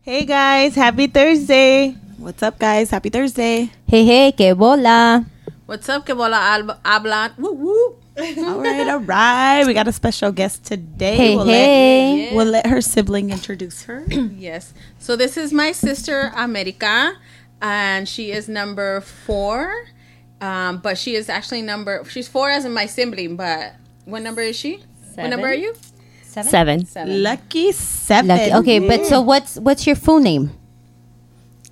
Hey guys, happy Thursday. What's up, guys? Happy Thursday. Hey, hey, qué bola. What's up, que bola al- hablan? Woo woo. All right, all right. We got a special guest today. Hey, we'll hey. Let, we'll let her sibling introduce her. Yes. So this is my sister America, and she is number four. Um, but she is actually number. She's four as in my sibling. But what number is she? What Seven. number are you? Seven. Seven. Lucky seven. Lucky. Okay, but so what's what's your full name?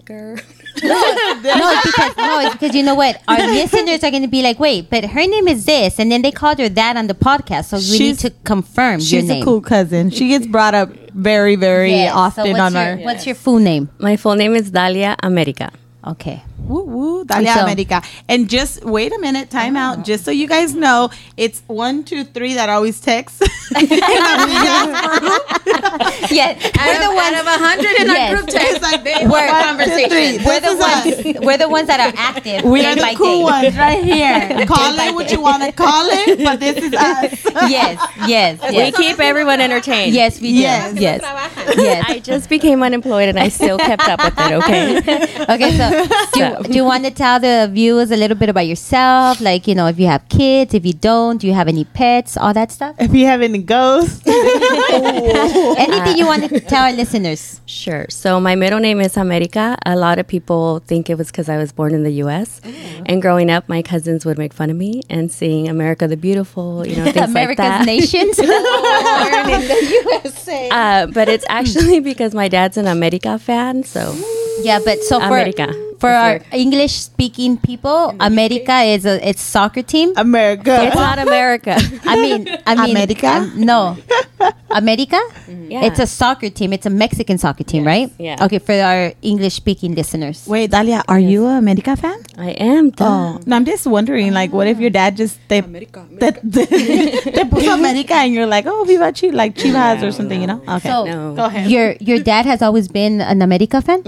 Girl. No, it's because no, it's because you know what? Our listeners are going to be like, wait, but her name is this, and then they called her that on the podcast, so we need She's- to confirm your she's name. a cool cousin. She gets brought up very, very Yeah, so often what's on your, our. What's your full name? My full name is Dalia America. Okay. Woo woo, dale so- America. And just wait a minute, time out. Just so you guys know, it's one, two, three that always texts. Yeah, Out of, we're the out ones. of a hundred in Yes. our group text, like they Word. have Three. conversation. This We're the is us. ones. We're the ones that are active. We day are by the cool day. ones right here. call by it what day. you want to call it, but this is us. Yes, yes, We yes, keep everyone entertained. yes. We do. Yes. yes. Trabajan. yes. I just became unemployed and I still kept up with it, okay? Okay, so do, do you want to tell the viewers a little bit about yourself? Like, you know, if you have kids, if you don't, do you have any pets, all that stuff? If you have any ghosts, Oh, Anything uh, you want to tell our listeners? Sure. So my middle name is America. A lot of people think it was because I was born in the U.S. Mm-hmm. And growing up, my cousins would make fun of me and seeing America the Beautiful, you know, things like America's that. nations. Uh, but it's actually because my dad's an America fan, so yeah, but so for America. for That's our word. English speaking people, America is a it's soccer team. America. it's not America. I mean, I mean, America? um, no, America. Yeah. It's a soccer team. It's a Mexican soccer team, right? yeah. Okay, for our English speaking listeners. Wait, Dalia, are you a America fan? I Oh. am. duh. No, I'm just wondering, like, what if your dad just they America, Te, te, te puso America and you're like, oh, viva Chivas, like Chivas or something, you know? Okay. So No. Go ahead. your your dad has always been an America fan.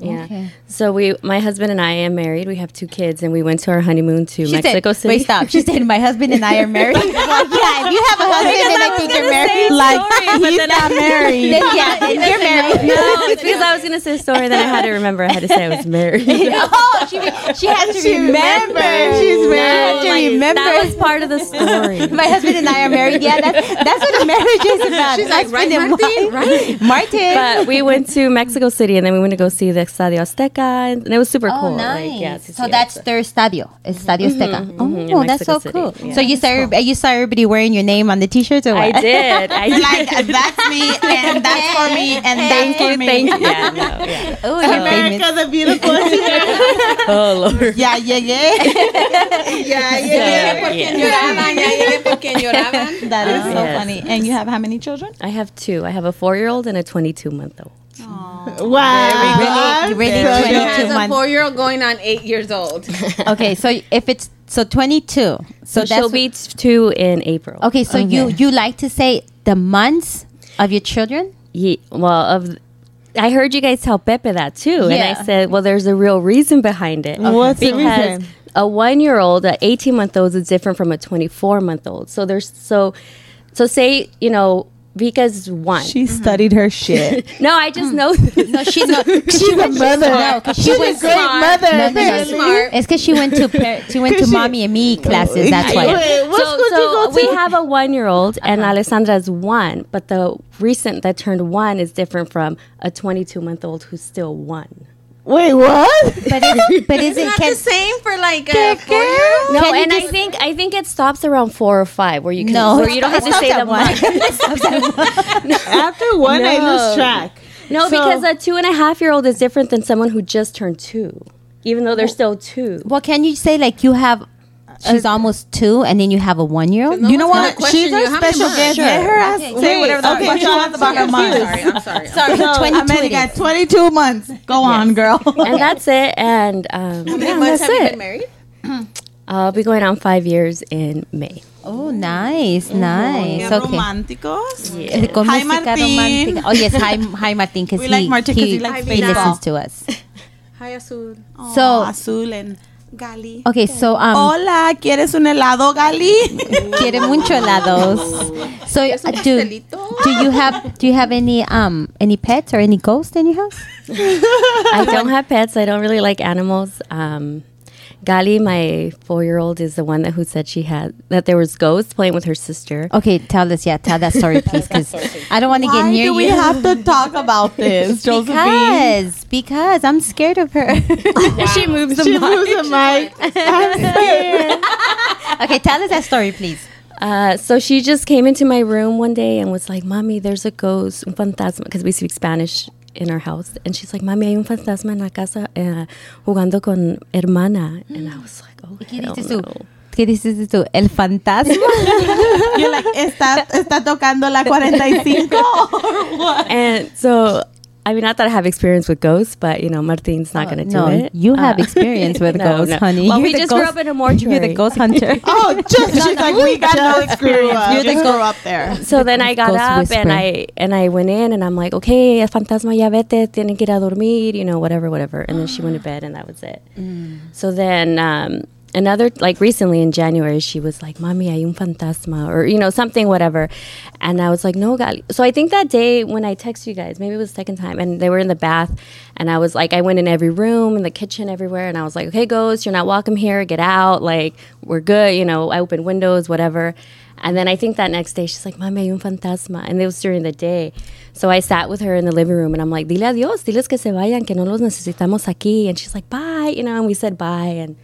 Yeah. Okay. So we, my husband and I am married. We have two kids, and we went to our honeymoon to Mexico said, City. Wait, stop. She said, "My husband and I are married." yeah, if you have a husband, then I, think you're married. like, he's not married. Then, yeah, then you're married. No, it's because I was gonna say a story that I had to remember. I had to say I was married. oh, she, she has to remember. She's married. Like, She That remembers. was part of the story. My husband and I are married. Yeah, that's that's what a marriage is about. She's like, right, Husband and Martin? Right? wife. Martin. But we went to Mexico City, and then we went to go see the Estadio Azteca, and it was super Oh, cool. nice! Like, yeah, to so see it. that's their stadio, Estadio Azteca. in Oh, that's so Mexico City. cool. Yeah. So you saw every- you saw everybody wearing your name on the t-shirts or what? uh, I did. I did. Like, that's me, and that's for me, and that's thank for you. me. Thank you. Yeah, no, yeah. Oh, you're famous. America's a beautiful. Oh Lord. yeah, yeah, yeah. Ya llegué porque Yeah. lloraban, ya llegué porque lloraban. That is so Yes. funny. And you have how many children? I have two. I have a four-year-old and a twenty-two-month-old. Oh, Wow. Really- really So twenty you two have has a one- four year old going on eight years old. Okay, so if it's so 22, so So that's she'll be t- two in April. Okay, so you you like to say the months of your children? Ye- well, of I heard you guys tell Pepe that too, and Yeah. I said, well, there's a real reason behind it. What's the because reason? a one-year-old, a 18-month-old is different from a 24-month-old. So there's so so say you know Vika's one. She studied her shit. no, I just know. No, she's not. She's a mother. No, 'cause she She's went a great smart. mother. No, no, no. apparently. Smart. It's because she went to par- she went to She- mommy and me classes. That's why. Wait, what so school did you go so to? we have a one-year-old, and Alessandra's one, but the recent that turned one is different from a 22-month-old who's still one. Wait, what? But is, but is it Not can, the same for like a four year old. No, Can you and I just- think I think it stops around four or five, where you can No, where you don't have to say the one. After one, I lose No. track. No, So- because a two and a half year old is different than someone who just turned two, even though they're still two. well, can you say like you have? Uh, She's almost two, and then you have a one-year-old. No You know one's gonna what? question She's you. our How many special months? guest. Let her ask. Say whatever the fuck she wants about her I'm months. sorry, I'm sorry. Sorry, So, 22 it America, is. 22 months. Go on, girl. And that's it. And um, How many yeah, months that's have you been it. married? I'll be going on five years in May. Oh, nice, nice. Okay. Romanticos. Con Hi, música Martin. romántica. Oh yes, hi, hi Martin, because We he, like Martin 'cause he he, likes he baseball. listens to us. Hi, Azul. So- Oh, Azul and Gali. Okay, so um, Hola, ¿quieres un helado, Gali? quiere mucho helados. So ¿Quieres un uh, do, pastelito? do you have do you have any um any pets or any ghosts in your house? I don't have pets. I don't really like animals. Um, Gali, my four-year-old, is the one that who said she had that there was ghosts playing with her sister. Okay, tell us. Yeah, tell that story, please, because I don't want to get Why near do we you. have to talk about this, Josephine? because because I'm scared of her. She moves the She moves the mic. I'm scared. okay, tell us that story, please. Uh, so she just came into my room one day and was like, "Mommy, there's a ghost, un fantasma," because we speak Spanish in our house. And she's like, "Mommy, hay un fantasma en la casa eh, jugando con hermana." And I was like, "Oh, ¿Qué hell dices no. tú? ¿Qué dices tú? El fantasma. You're like, está, está tocando la 45 or what? And so, I mean, not that I have experience with ghosts, but you know, Martin's not going to do Uh, no, it. Uh, you have experience with ghosts, honey. Well, You're we the just ghost- grew up in a mortuary. You're the ghost hunter. Oh, just, she's like, we got no experience. You're the Just go- grow up there. So then I got ghost up and whisperer. I and I went in and I'm like, okay, el fantasma ya vete, tienen que ir a dormir, you know, whatever, whatever. And then she went to bed and that was it. So then um, another like recently in January, she was like, "Mommy, hay un fantasma," or you know something, whatever. And I was like, "No, God." So I think that day when I text you guys, maybe it was the second time, and they were in the bath, and I was like, I went in every room, in the kitchen, everywhere, and I was like, "Okay, ghost, you're not welcome here. Get out. Like we're good." You know, I opened windows, whatever. And then I think that next day she's like, "Mommy, hay un fantasma," and it was during the day. So I sat with her in the living room and I'm like, dile adiós, diles que se vayan, que no los necesitamos aquí. And she's like, bye, you know, and we said bye and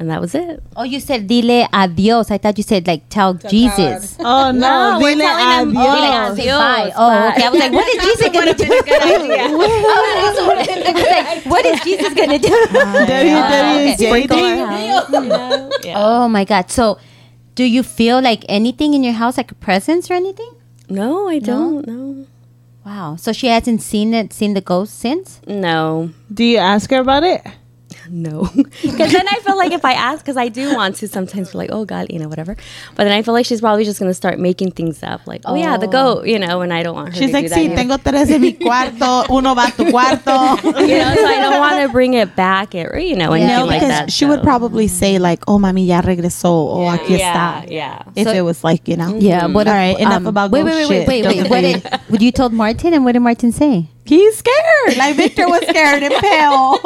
and that was it. oh, you said dile adios. I thought you said like tell Jesus. Oh, no. we're dile telling adios. them, Oh, Adios. say bye. Oh, okay. I was like, what is Jesus gonna do? Oh, I was like, what is Jesus gonna do? Oh my God. So, do you feel like anything in your house, like a presence or anything? No, I don't. No. Wow. So she hasn't seen it, seen the ghost since. No. Do you ask her about it? No. Because then I feel like if I ask, because I do want to sometimes be like, oh, God, you know, whatever. But then I feel like she's probably just going to start making things up. Like, oh, yeah, the goat, you know, and I don't want her She's to like, do that. sí, tengo tres en mi cuarto, uno va a tu cuarto. You know, so I don't want to bring it back or, you know, anything No, like because that. she would so- probably say like, "Oh, mami, ya regresó," o "Aquí Yeah, está." yeah. If it was like you know, Yeah. What? um, All right, enough about wait, ghost shit. wait, wait, wait, wait, wait. What did? What you told Martin, and what did Martin say? he's scared. Like Victor was scared and pale.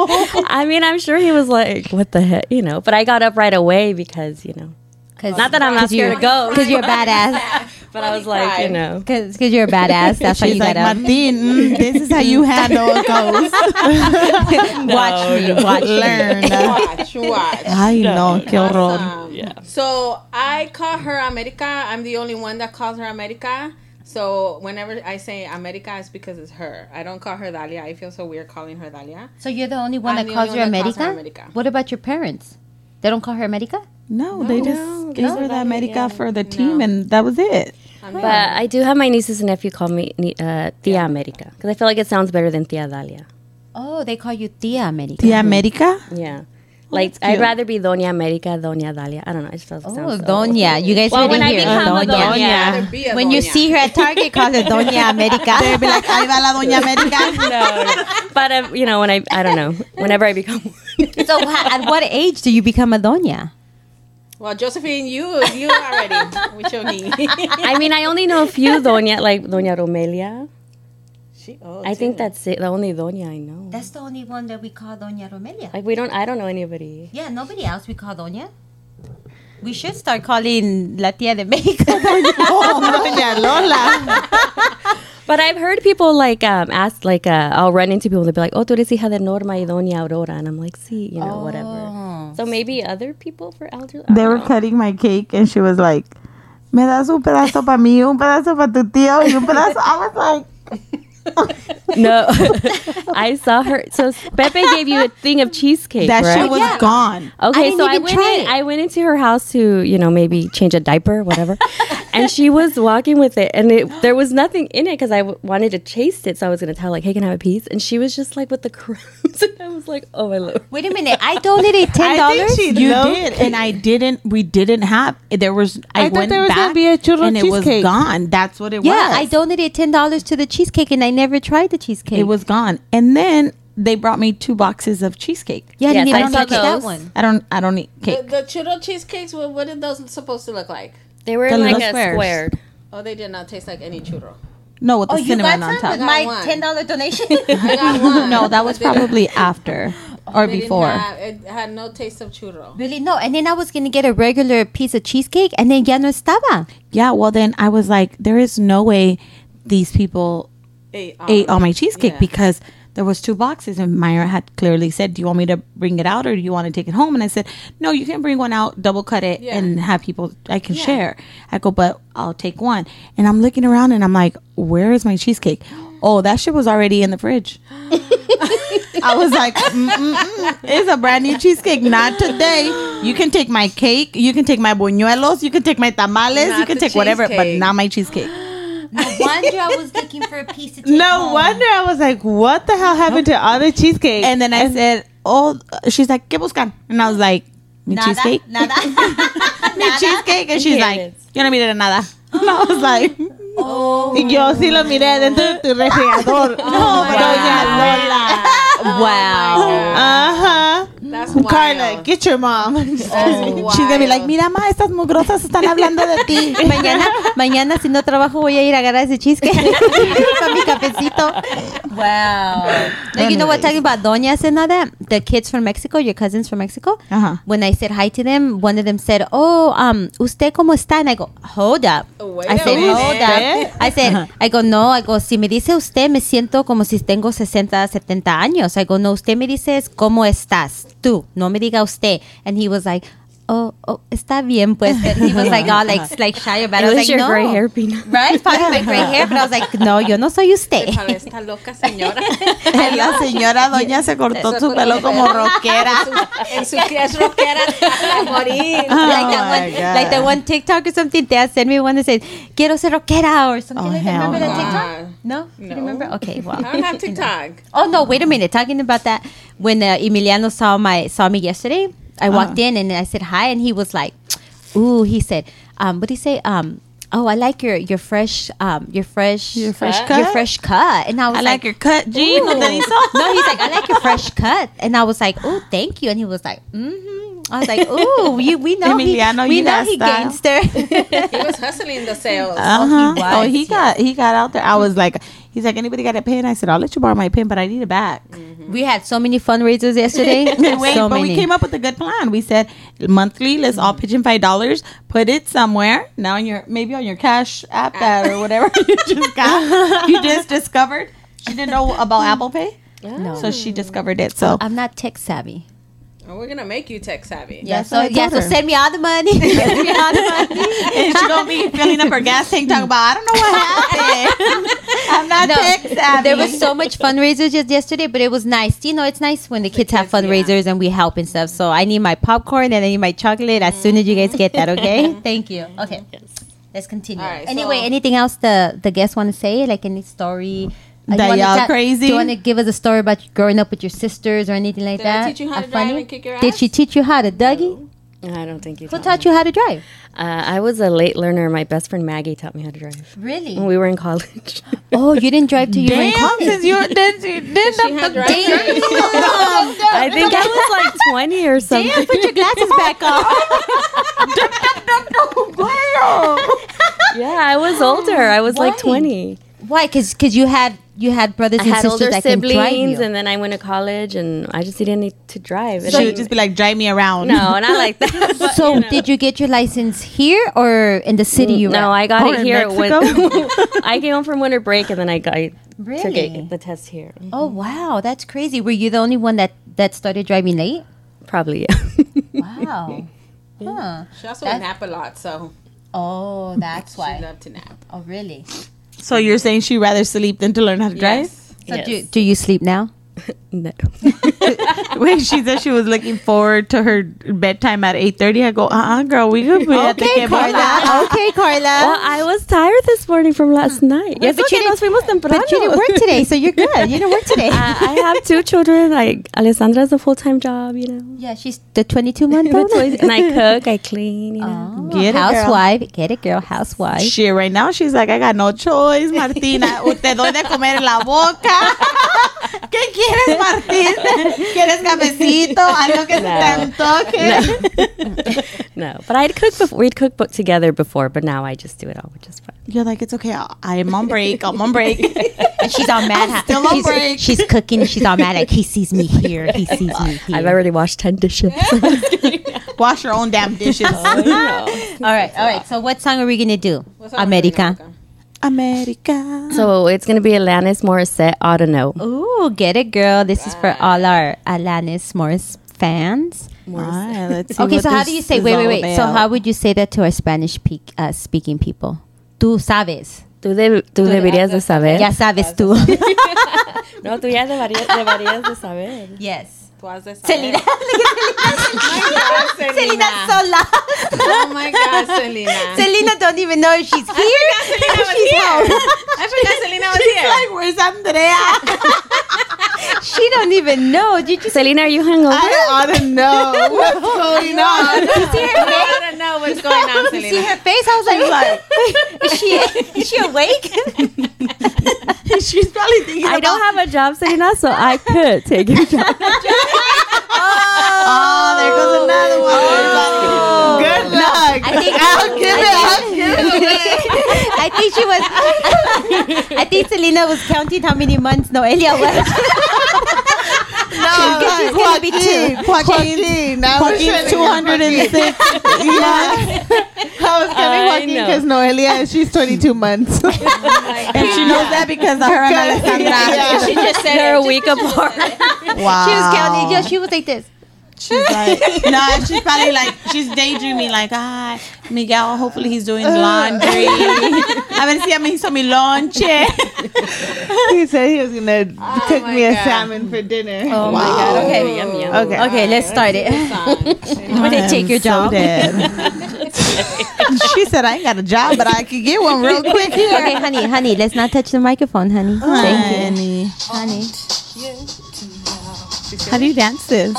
I mean, I'm sure he was like, "What the heck," you know. But I got up right away because you know, Cause, not that I'm not scared to go, because you're a badass. but I was like, you know, Because you're a badass. That's why you She's like, got up. Martin, mm, this is how you handle a ghost. watch me. Watch Learn. Watch, watch. Ay no, qué horror. Um, So I call her America. I'm the only one that calls her America. So whenever I say America, it's because it's her. I don't call her Dalia. I feel so weird calling her Dalia. So you're the only one I'm that the calls only her one that America? calls her America. What about your parents? They don't call her America? No, they just gave her the America for the team, and that was it. but I do have my nieces and nephew call me ni- uh, Tia America because I feel like it sounds better than Tia Dalia. Oh, they call you Tia America. The America. Yeah, like I'd rather be Doña America, Doña Dalia. I don't know. It just feels Oh, sounds Doña. You guys Well, heard when it I here. Oh, become a Doña. Doña, I'd rather be a When you doña. see her at Target, call her Doña America. They'd be like, "Ahí va la doña America." No, but um, you know, when I I don't know, whenever I become one. so wha- at what age do you become a Doña? Well, Josephine, you you already with your knee. I mean, I only know a few Doña, like Doña Romelia. she oh, old. I think that's it. The only Doña I know. That's the only one that we call Doña Romelia. Like we don't. I don't know anybody. Yeah, nobody else we call Doña. We should start calling La Tia de México. Oh, doña Lola. But I've heard people like um, ask, like uh, I'll run into people that be like, "Oh, tú eres hija de Norma y Doña Aurora," and I'm like, "Sí, you know, whatever." So maybe other people for elder. I they don't were know. cutting my cake and she was like, Me das un pedazo para mí, un pedazo para tu tío, y un pedazo. I was like, no, I saw her. So Pepe gave you a thing of cheesecake. That right? shit was gone. Okay, I didn't so I even went try in, it. I went into her house to, you know, maybe change a diaper, whatever. and she was walking with it, and it, there was nothing in it because I w- wanted to taste it. So I was going to tell, like, hey, can I have a piece? And she was just like with the crumbs. and I was like, oh, my lord. Wait a minute. I donated $10. you did, and I didn't. We didn't have. There was. I, thought went there was gonna back, be a churro and it was cheesecake. gone. That's what it was. Yeah, I donated ten dollars to the cheesecake, and I never tried the cheesecake. It was gone, and then they brought me two boxes of cheesecake. Yeah, I didn't Yes, even I touch saw that those. one. I don't I don't eat The, cake. the churro cheesecakes, what, what are those supposed to look like? They were The like little a squares. squared. Oh, they did not taste like any churro. No, with the Oh, you cinnamon got on some? top. got My one. ten dollar donation. I got one. No, that was They didn't- probably after or they didn't before. have- it had no taste of churro. really? No. And then I was gonna get a regular piece of cheesecake, and then ya no estaba. Yeah, well then I was like, there is no way these people Eight, ate all my cheesecake yeah. because there was two boxes and Myra had clearly said, "Do you want me to bring it out or do you want to take it home?" And I said, "No, you can bring one out, double cut it, Yeah. and have people. I can share." I go, "But I'll take one." And I'm looking around and I'm like, "Where is my cheesecake?" Oh, that shit was already in the fridge. I was like, Mm-mm-mm. "It's a brand new cheesecake. Not today. You can take my cake. You can take my buñuelos. You can take my tamales. you Not can the take whatever, but cheesecake. not my cheesecake." No wonder I was looking for a piece of. No wonder I was like, what the hell happened to all the cheesecake? And then I said, "Oh," she's like, "¿Qué buscan?" And I was like, "Mi cheesecake, Nada. mi cheesecake." And she's like, "Yo no miré nada." And I was like, "No, yo sí lo miré dentro de tu refrigerador. Oh, but doña Lola." Wow. Ajá. Oh That's wild. Carla, get your mom. That's She's gonna be like, wild. "Mira, ma, estas mugrosas están hablando de ti." mañana, mañana si no trabajo voy a ir a agarrar ese cheesecake para mi cafecito. Wow. No, you know what? Talking about doñas and all that, the kids from Mexico, your cousins from Mexico. Uh-huh. When I said hi to them, one of them said, "Oh, um, usted cómo está?" And I go, "Hold up." Wait I a said, minute. "Hold up." I said, "I go no." I go, "Si me dice usted, me siento como si tengo 60, 70 años." I go, "No, usted me dice cómo estás tú. No me diga usted." And he was like. Oh, oh, está bien, pues. But he was like, all like, like shy about it. I At was least like, your no. gray hair, Pina. Right? Probably my gray hair, but I was like, no, yo no soy usted. Carla, esta loca señora. La señora doña se cortó Se su pelo cortó como el pelo. rockera. en su es rockera a morir. like that one, like that one TikTok or something. Dad sent me one that said, "Quiero ser rockera" or something Oh, like that. hell Remember that no. TikTok? No, You No. remember? Okay, well. I don't have TikTok. Oh no! Wait a minute. Talking about that, when uh, Emiliano saw my saw me yesterday, I walked Uh-huh. in and I said hi, and he was like, "Ooh," he said. Um, what did he say? Um, oh, I like your your fresh um your fresh your fresh your cut? fresh cut, and I was I like like your cut, G. Ooh. Then he saw. No, he's like, I like your fresh cut, and I was like, oh, thank you, and he was like, mm-hmm. I was like, ooh, we we know Emiliano, he, we you know got he style. gangster. He was hustling the sales. Uh-huh. was, Oh, he yeah. got he got out there. I was like, he's like, anybody got a pen? I said, I'll let you borrow my pen, but I need it back. we had so many fundraisers yesterday. Wait, so but we came up with a good plan. We said monthly, let's all pitch in five dollars, put it somewhere. Now on your maybe on your cash app that or whatever you just got, you just discovered. She didn't know about Apple Pay, No. so she discovered it. So I'm not tech savvy. And we're gonna make you tech savvy. Yeah, what so I yeah, told so her. send me all the money. send me all the money. and she gonna be filling up her gas tank talking about I don't know what happened. I'm not No, tech savvy. There was so much fundraisers just yesterday, but it was nice. You know, it's nice when the kids have kids, yeah. fundraisers and we help and stuff. So I need my popcorn and I need my chocolate as soon as you guys get that. Okay, thank you. Okay, let's continue. Mm. All right, anyway, so- anything else the the guests want to say? Like any story? Uh, you That wanna y'all tell- crazy? Do you want to give us a story about growing up with your sisters or anything like Did I that? teach you A how to drive funny? and kick your Did ass? she teach you how to Dougie? I don't think you Who taught me. taught you how to drive? Uh, I was a late learner. My best friend Maggie taught me how to drive when Really? we were in college. Oh, you didn't drive till you were in Damn, college. since you did, you did She had driver's license. I think I was like 20 or something. Damn, put your glasses back on. Yeah, I was older. I was Why? like 20. Why? Because you had you had brothers I and had sisters older that can drive siblings, you. and then I went to college, and I just didn't need to drive. And she I- would just be like, drive me around. no, not like that. But, so you know. did you get your license here or in the city you were? No, I got Oh, it in here. When, Mexico? I came home from winter break, and then I got I took Really? it, the test here. oh wow, that's crazy. Were you the only one that that started driving late? Probably, yeah. Wow. Huh. She also would nap a lot, so Oh, that's she why. loved to nap. Oh, really? So So you're saying she'd rather sleep than to learn how to Yes. do, do you sleep now? No. drive? Wait, she said she was looking forward to her bedtime at 8.30. I go, uh-uh, girl, we could be at the Okay, Kid Bar. Carla. Oh, okay, Well, Carla. Oh, I was tired this morning from last night. Yeah, but you didn't- But you didn't work today, so you're good. You didn't work today. Uh, I have two children. Like Alessandra's a full time job, you know. yeah, she's the 22 month old. and I cook, I clean, you know. Oh, Get it, girl. housewife. Get it, girl. Housewife. Shit, right now she's like, I got no choice, Martina. Usted doy de comer en la boca. ¿Qué quieres ¿Quieres Martín? ¿Quieres cafecito? ¿Algo que se te antoje? No, but I'd cook. Before, we'd cook book together before, but now I just do it all, which is fun. You're like, it's okay. I- I'm on break. I'm on break. And she's all mad. how- still on she's, break. she's cooking. She's all mad. Like he sees me here. He sees me here. I've already washed ten dishes. Wash your own damn dishes. all right, all right. So what song are we gonna do? What's up with America. America? America. so it's gonna be Alanis Morissette. I don't know. Ooh, get it, girl. This is for all our Alanis Morris fans. All right, let's see Okay, what so how this do you say? is Wait, wait, all wait. So about. how would you say that to our Spanish peak, uh, speaking people? Tú sabes. Tú, de, tú deberías de saber. Ya sabes tú. No, tú ya deberías, deberías de saber. yes. Tú has de saber. Selena. Oh my God, Selena. Selena sola. Oh my God, Selena. Selena don't even know if she's here. Selena was she's here. home. I forgot Selena was She's here. like, where's Andrea? She don't even know. Did you Selena, are you hungover? I don't know what's going on. see her face? I don't know what's going on, You see Selena. her face? I was like, is she is she awake? She's probably thinking. I don't have a job, Selena, so I could take your job. Oh, there goes another one. Good luck. I think- I'll give it. I'll give it. I think she was. I think Selena was counting how many months Noelia was. No, she's gonna be Joaquin, Joaquin, I was Joaquin's trying to get Joaquin. Yeah. I was I telling Joaquin know. because Noelia, she's 22 months. Oh and she knows that because of her and Alessandra. She just said They're it. a week apart. Wow. She was counting. Yeah, she was like this. She's like, no, she's probably like, she's daydreaming, like, ah, Miguel, hopefully he's doing laundry. A ver si ya me hizo mi lonche. he said he was gonna cook Oh my me a God. salmon for dinner. Oh my god. Okay. Okay. Okay, let's start it. Would they take your job? she said, I ain't got a job, but I could get one real quick here. Okay, honey, honey, let's not touch the microphone, honey. Thank you. Honey. How do you dance this?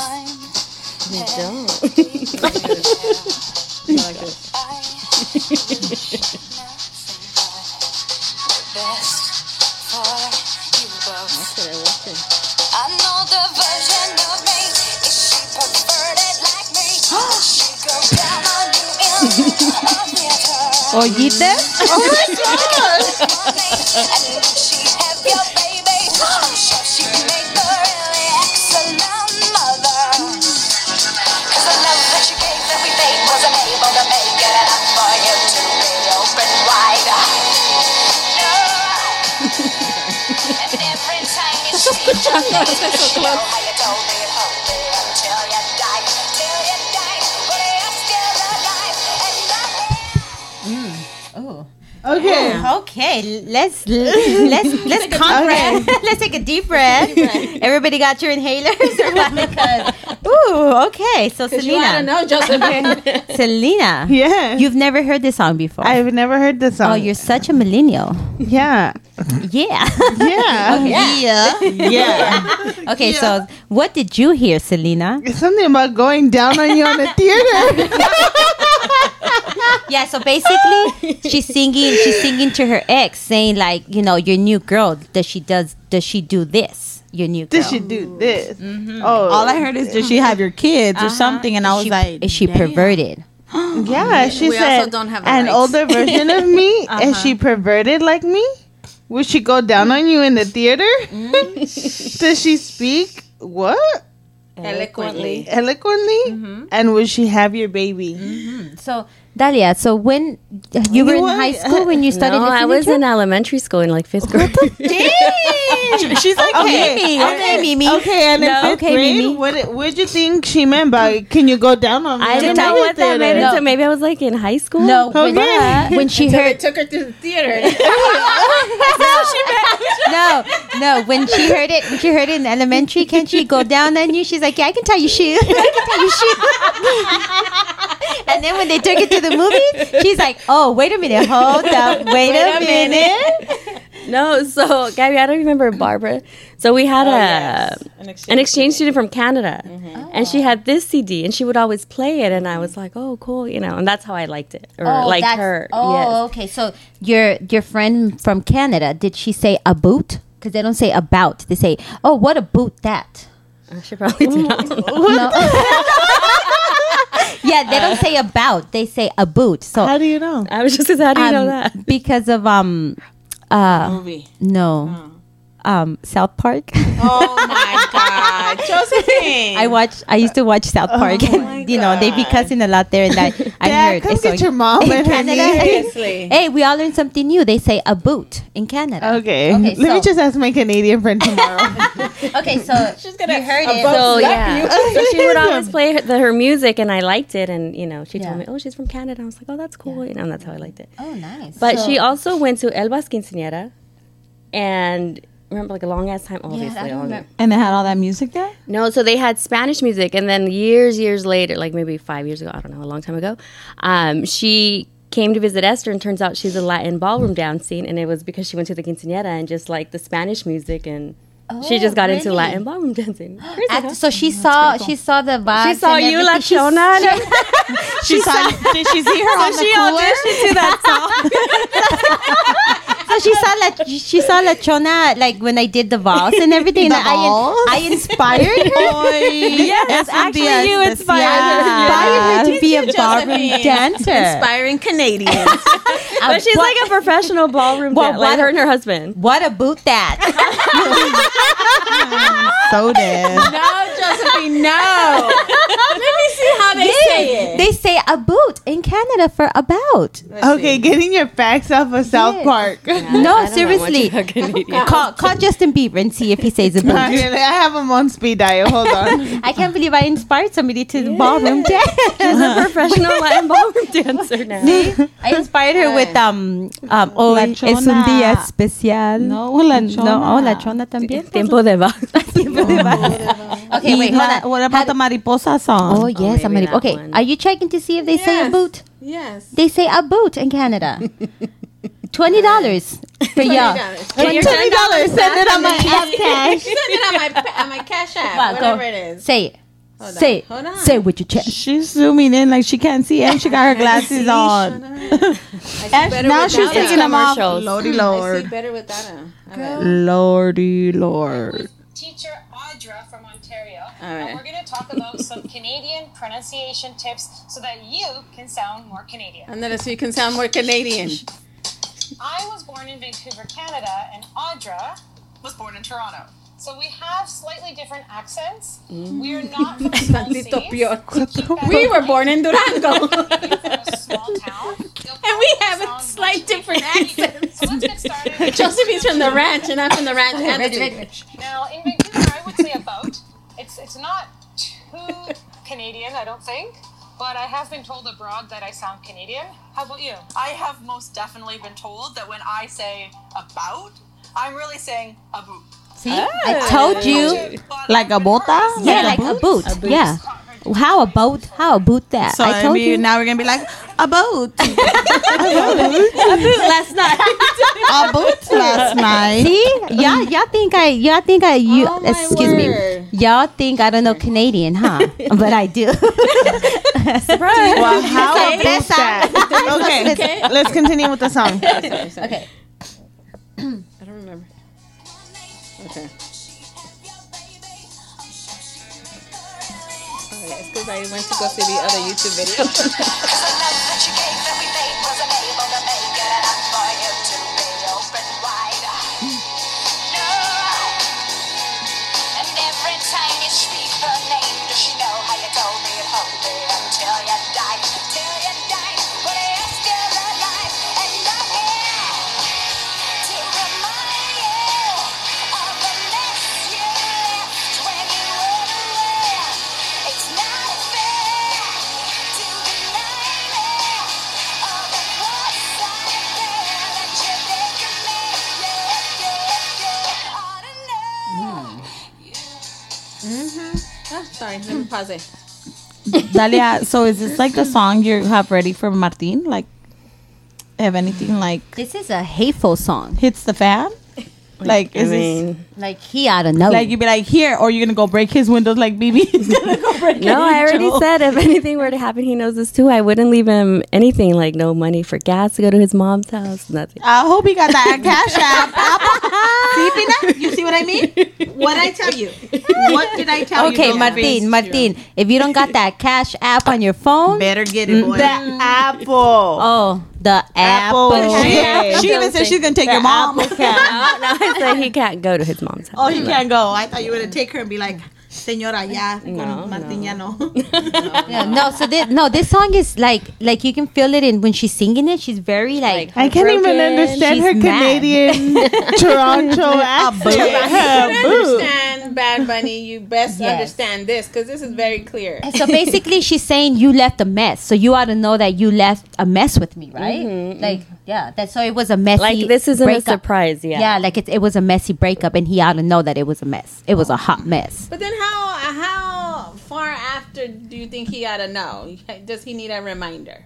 I know the version of me is she perverted like me. she goes down on you in a theater. Ollita? And would Oh she have your baby? I'm sure she'd make a really excellent mother. 'Cause the love that she gave that we made wasn't able to make it enough for you to be open wide. No. And every time you speak to me, you know how you told me you'd hold me until you died, till you died. But you're still alive, and I'm here. Okay. Okay, let's let's let's compress. let's take a deep breath. Everybody got your inhalers? Because- Ooh, okay. So You want to Selena, know, Josephine? Selena, Yeah. you've never heard this song before. I've never heard this song. oh, you're such a millennial. yeah. Yeah. Yeah. Yeah. Yeah. Okay, so what did you hear, Selena? It's something about going down on you on the theater. Yeah, so basically she's singing she's singing to her ex saying like, you know, your new girl, does she does does she do this? Your new girl. This should do this. Oh, All I heard is, did she have your kids Uh-huh. or something? And I was She- like, is she damn. perverted? yeah. She We also said don't have the an rights." older version of me, and Uh-huh. she perverted like me. Would she go down on you in the theater? Mm. Does she speak what Eloquently. eloquently? Mm-hmm. And would she have your baby? So Dalia, so when you were in were- high school when you started no, listening I was to in elementary school in like fifth grade. She's like, Okay, okay. Mimi. Okay, Mimi. Okay, and in No, fifth okay, grade, Mimi. what what would you think she meant by "Can you go down on me"? I in don't the know movie what that made theater?" it to. Maybe I was like in high school. eh? No, when, Okay. when she They heard took her to the theater. no, no. When she heard it, when she heard it in elementary, can she go down on you? She's like, yeah, I can tell you she, I can tell you she. and then when they took it to the movie, she's like, oh, wait a minute, hold up, wait, a, minute. No, so Gabby, I don't remember Barbara. So we Oh, had a an, exchange student from Canada, Mm-hmm. Oh. and she had this CD, and she would always play it, and I was like, "Oh, cool," you know, and that's how I liked it, or like Oh, that's- her. Oh, okay. So your your friend from Canada, did she say a boot? because they don't say about. They say, "Oh, what a boot that." I should probably do that. Yeah, they don't say about. They say a boot. So How do you know? I was just gonna say, how do you know um, that? because of um uh Movie. Oh. no um South Park. Oh my God, Josephine! I watch. I used to watch South Park, and you know they be cussing a lot there, and I, I Oh Dad, heard. come it's get so- your mom in and her niece. Canada. Seriously. hey, we all learned something new. They say a boot in Canada. Okay. Okay, Let me so- just ask my Canadian friend tomorrow. Okay, so she's gonna you heard it. So yeah, so she would Yeah. always play her, the, her music, and I liked it. And you know, she Yeah. told me, "Oh, she's from Canada." I was like, "Oh, that's cool," you know, and that's how I liked it. oh, nice. But So- she also went to Elba's quinceañera, and remember, like a long ass time, obviously. I don't long- remember. And they had all that music there? No, so they had Spanish music, and then years, years later, like maybe five years ago, I don't know, a long time ago, um, she came to visit Esther, and turns out she's a Latin ballroom dancing, and it was because she went to the quinceañera and just like the Spanish music, and she just got into Oh, really? Latin ballroom dancing. Crazy, huh? Act- so she saw she saw the vibes. She saw and you, La everything. She- Chona. She saw, did she see her on the cooler? So Oh, she saw La she saw La Chona like when I did the vows and everything. The and I, vows? I inspired her. yes, that's actually you inspired inspired her to be a Josephine. ballroom dancer. Inspiring Canadians. Uh, But she's what- like a professional ballroom Well, dancer, like what- her and her husband. what a boot that. so dead. no, Josephine, no. Let me see how they say it. they say a boot in Canada for about. Okay, getting your facts off of South Yes. Park. no, seriously. Canadian. Call, call Justin Bieber and see if he says a I boot. have him on speed dial. Hold on. I can't believe I inspired somebody to the ballroom dance. She's a professional Latin ballroom dancer now. I inspired her with um um oh La es un día especial. No, La No, Chona. oh, la chona también. Tiempo de va. Okay, wait, hold on. What about the Mariposa song? Oh yes, I'm maybe gonna. that Okay, one. are you checking to see if they say a Yes. boot? Yes. They say a boot in Canada. Twenty dollars for y'all. Twenty Twenty dollars. Send it on my app cash. Send it on my pa- on my cash app, Wow, go. whatever it is. Say it. Hold Say it. Hold on. Say it with your chest. She's zooming in like she can't see, and she got her glasses on. Better Now without she's it. taking them off. Commercials. Lordy I see Lord, better without him. All right. Lordy Lord. teacher Audra from Ontario, right. and we're going to talk about some Canadian pronunciation tips so that you can sound more Canadian. And then so you can sound more Canadian. I was born in Vancouver, Canada, and Audra was born in Toronto. So we have slightly different accents. Mm. We are not from small Tantito cities. peor. Keep that We in were mind. born in Durango. If you're from a small town, you'll And we have probably a sound slight much different accent. So let's get started. Josephine's from the ranch and I'm from the ranch. attitude. Now, in Vancouver, I would say about. It's it's not too Canadian, I don't think. But I have been told abroad that I sound Canadian. How about you? I have most definitely been told that when I say about, I'm really saying a boot. See, I told you. But Like a I've been bota? rehearsing. Yeah, like a boot. Yeah. How about how about that? So I told maybe you. now we're gonna be like a boat. a boat last night. last night. See, y'all, y'all think I, y'all think I, you, Oh, my excuse word. me, y'all think I don't know Canadian, huh? but I do. Well, how Okay. about that? Okay, let's continue with the song. okay. I don't remember. Okay. Okay, it's because I went to go see the other YouTube video. It's not fair to deny me. oh, sorry, let me pause it. Dalia, so is this like the song you have ready for Martin? Like, if anything like This is a hateful song. hits the fan? Like, I is this, mean, Like he ought to know. like you'd be like, here, or you're gonna go break his windows like BB is gonna go break no, an I already angel. said if anything were to happen, he knows this too. I wouldn't leave him anything like no money for gas to go to his mom's house, nothing. I hope he got that cash app. Apple. See, Pina? You see what I mean? What I tell you? What did I tell okay, you? Martin, Martin, if you don't got that cash app on your phone, Better get it, boy. The apple. oh, the Apple apple. shit. She, she even said she's gonna take your mom. no, no, I said he can't go to his mom's house. Oh, he can't go. I thought you were gonna take her and be like, Senora, ya, No, con Martin, ya no. Yeah, no, so this, no, this song is like like you can feel it in when she's singing it. She's very like, I can't even Heartbroken. understand She's her mad. Canadian Toronto If you understand Bad Bunny, you best Yes. understand this because this is very clear. so basically she's saying you left a mess, so you ought to know that you left a mess with me, right? Like yeah, that so it was a messy. Like this isn't breakup. a surprise, yeah. Yeah, like it, it was a messy breakup, and he ought to know that it was a mess. It was a hot mess. But then how how far after do you think he ought to know? Does he need a reminder?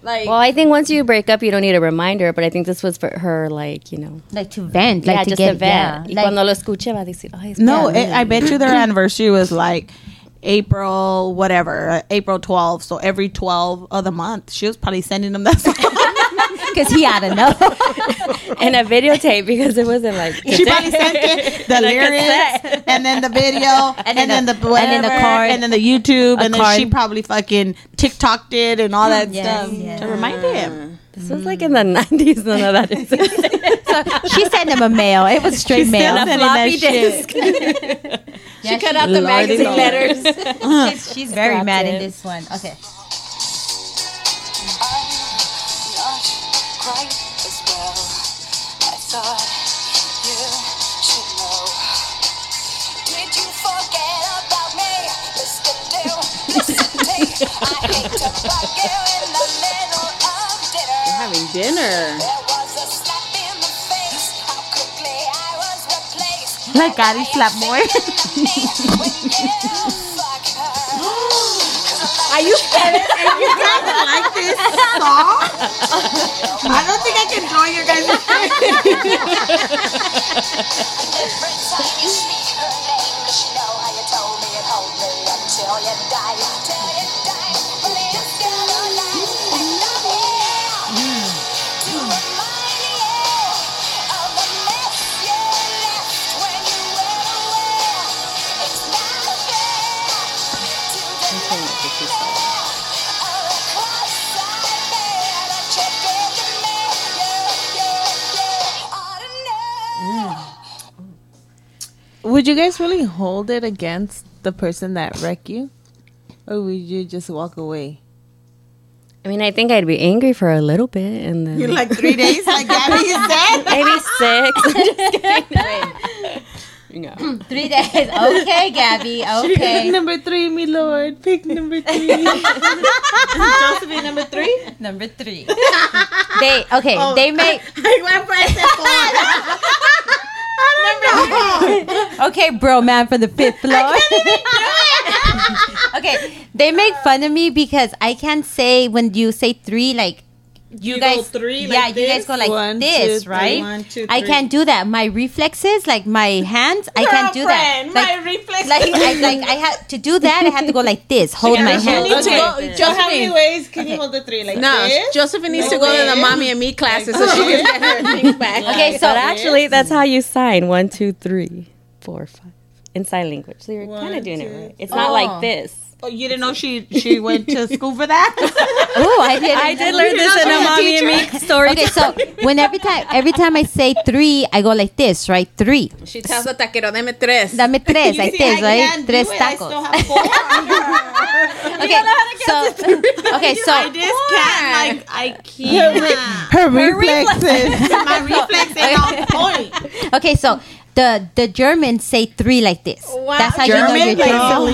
Like Well, I think once you break up, you don't need a reminder. But I think this was for her, like you know, Like to vent, like yeah, to just get a vent. yeah, Y like- cuando lo escuche va a decir, "Ay, es No, que- it, eh, I bet you their anniversary was like April whatever, uh, April 12th. So every 12 of the month, she was probably sending them that song. Because he ought to know. and a videotape because it wasn't like she probably sent it, the lyrics, and then the video, and, then then the- the whatever, and then and the then the card. YouTube, and then card. she probably fucking TikToked it and all that Yes, stuff yes. to remind him. this was like in the nineties. None of that is. she sent him a mail. It was straight She's mail. still sending that shit. she cut out the magazine letters. she's, she's very mad in this one. Okay. not quite as well. I thought you should know. Did you forget about me, Mr. Do, Mr. T? I hate to bug you in the middle of dinner. having dinner. There was a slap in the face. How quickly I was replaced. Like, God, he slapped more. Are you like this song? I don't think I can join your guys' Every time you speak her name, does she know how you told me and hold me until you die? Till you die, please still alive. And I'm here to remind you of the mess you left when you went away. It's not fair to deny all the cross I bear that you did to me. You, you, you ought to know. Would you guys really hold it against the person that wrecked you? Or would you just walk away? I mean, I think I'd be angry for a little bit, and then You're like three days, like Gabby said. maybe six. Three days. Okay, Gabby. Okay. Number three, me lord. Pick number three. Josephine number three. Oh, Number three. they okay. They make I went for four. okay, bro, man, from the fifth floor. okay, they make fun of me because I can't say when you say three like. You, You go guys, three like yeah, you guys this? go like One, this, two, three. right? One, two, I three. can't do that. My reflexes, like my hands, I can't do that. Girlfriend, Like, my reflexes. like, I, like I had to do that. I had to go like this, hold my You hand. need to go. Josephine, how Josephine. many ways can you hold the three? Like No, this? Josephine needs to Like go to the this? mommy and me classes so she can get her things back. Okay, so but actually, that's how you sign one, two, three, four, five in sign language. So you're kind of doing it right. It's not Oh. like this. Oh, you didn't know she she went to school for that. oh, I did. I did learn this in a mommy and me story. Okay, so when every time every time I say three, I go like this, right? Three. She tells the taquero, deme tres. Dame tres, You like see, I this, right? can't do Tres it. I still tacos. have four. Okay, so okay, I so just can't. Like I can't. Her reflexes. My reflex ain't on point. okay, so the the Germans say three like this. That's how you know you're German, like German. Oh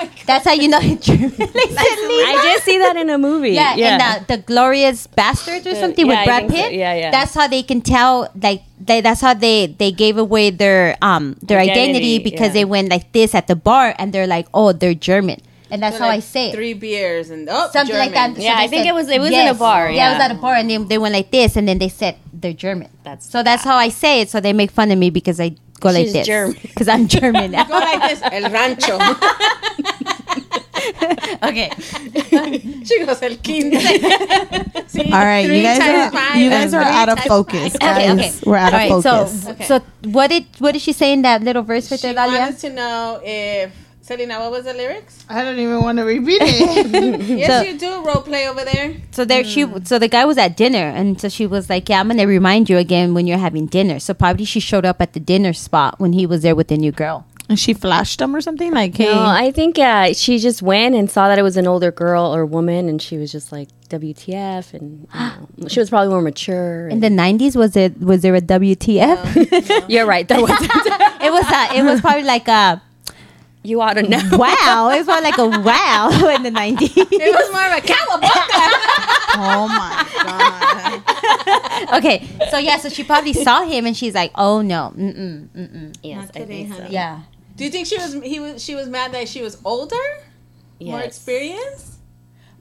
Selena. That's how you know you're German. Like Selena. I did see that in a movie. Yeah, and the, the glorious bastards or something yeah, with I Brad think so. Pitt. Yeah, yeah. That's how they can tell. Like they, that's how they they gave away their um their identity, Identity, because yeah. they went like this at the bar and they're like, oh, they're German. and that's So, how like, I say it. Three beers and oh, Something like that. German. So Yeah, they I think said- it was- it was in a Yes. bar, Yeah, it was yeah. at a bar, and they, they went like this, and then they said they're German. That's so that's how I say it. So they make fun of me because I go like She's this German. because I'm German. Go like this, el rancho. okay, she goes el quince. See, All right, you guys are you guys are out of focus, guys. okay, okay. We're out All of right, focus. So, Okay. so what did what did she say in that little verse with She there, Dalia? wanted to know if Selena, what was the lyrics? I don't even want to repeat it. Yes, So- you do role play over there. So there Hmm. she so the guy was at dinner and so she was like, "Yeah, I'm going to remind you again when you're having dinner." So probably she showed up at the dinner spot when he was there with the new girl. and she flashed them or something like, hey, No, I think uh, she just went and saw that it was an older girl or woman, and she was just like, "WTF!" And you know, she was probably more mature. In And the 90s was there was there a WTF? you're right, that was it was uh, it was probably like a you ought to know. wow. It was probably like a wow in the 90s. It was more of a cowabunga. oh my god. okay. So yeah, so she probably saw him and she's like, "Oh no." Mm-mm. Yes, I think so. Yeah. do you think she was he was she was mad that she was older, more experienced?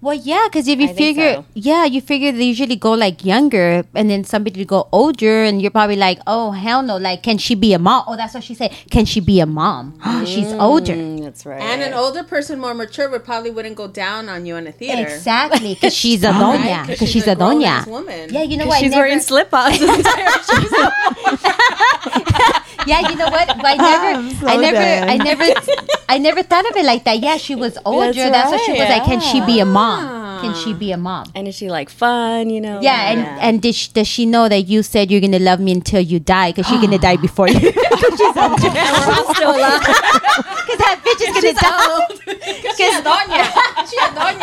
Well, yeah, because if you I think figure, so. yeah, you figure they usually go like younger, and then somebody to go older, and you're probably like, oh hell no, like can she be a mom? Oh, that's what she said. Can she be a mom? She's older. Mm, that's right. And an older person, more mature, would probably wouldn't go down on you in a theater. Exactly, because she's a doña. Because she's, a grown-ass doña. woman. Yeah, you know what? I she's never- wearing slip-ons. yeah, you know what? I never, so I never, dead. I never, I never thought of it like that. Yeah, she was older. That's, what she was like. Can she be a mom? Can she be a mom? and is she like fun? You know? Yeah, and and did she, does she know that you said you're gonna love me until you die? Because she's gonna die before you. Because she's old. still alive. Because that bitch is gonna die. Because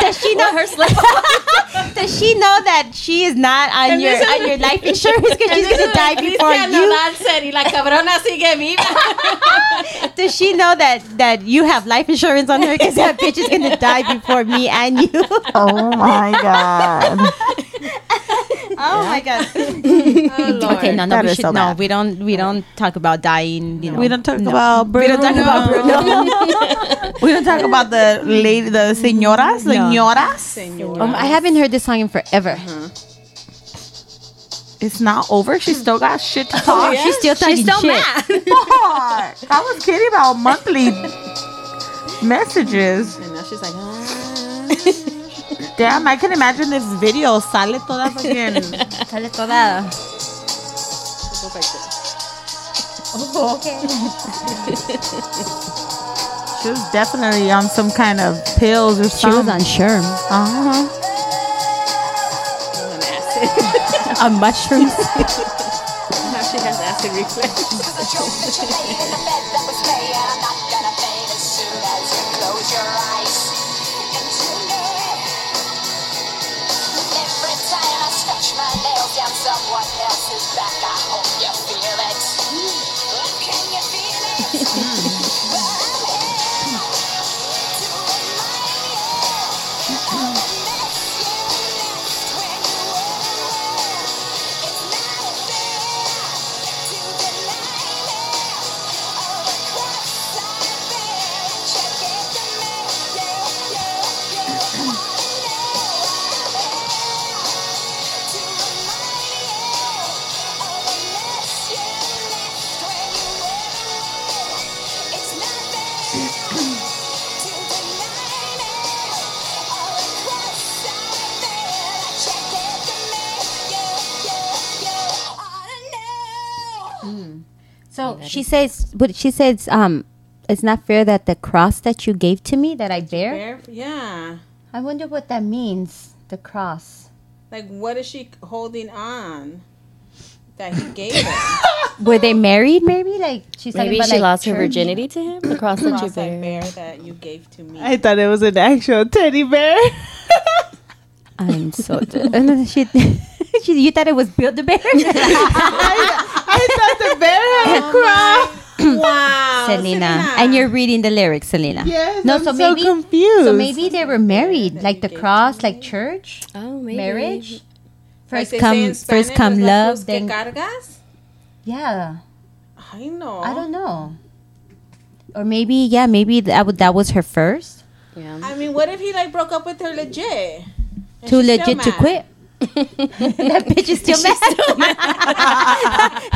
does she know her Does she know that she is not on your this is- on your life insurance? Because she's gonna die before you. Oh, Nodal said, "Y la cabrona sigue viva." Does she know that that you have life insurance on her? Because that bitch is gonna die before me and you. Oh my god. Oh my god. Okay, no, no, That we is should so no, bad. we don't we don't talk about dying. You know, We don't talk about Bruno. We don't talk about Bruno. we don't talk about the lady, the señoras, señoras. Um, I haven't heard this song in forever. It's not over. She still got shit to Oh, talk. she's still talking shit. I was kidding about monthly messages. And now she's like, "Ah." Damn, I can imagine this video. Sale toda fucking. Sale toda. She was definitely on some kind of pills or She was something. on Sherm, uh-huh. "Oh, an acid." on mushrooms. now she has acid reflux. Someone else's back, I hope you feel it. Well, can you feel it? well, I'm here. So she says, but she says, um, it's not fair that the cross that you gave to me that I bear. Fair- Yeah. I wonder what that means. The cross. Like, what is she holding on that he gave her? Were they married? Maybe like she's talking Maybe about, she like, lost her church. virginity to him across the Cross that bear. bear that you gave to me. I thought it was an actual teddy bear. I'm so dead. And then she, she, you thought it was Build the Bear? I thought the bear had a cross. wow, Selena, and you're reading the lyrics, Selena. Yes, No, I'm so so, maybe- confused. So maybe they were married, like the cross, like church. Oh, maybe. marriage. Like First they say come, in first Spanish, come "Los love, que then cargas." yeah. I know. I don't know, or maybe yeah, maybe that would, that was her first. Yeah. I mean, what if he like broke up with her legit? And Too she's still legit to mad? quit. that bitch is still mad.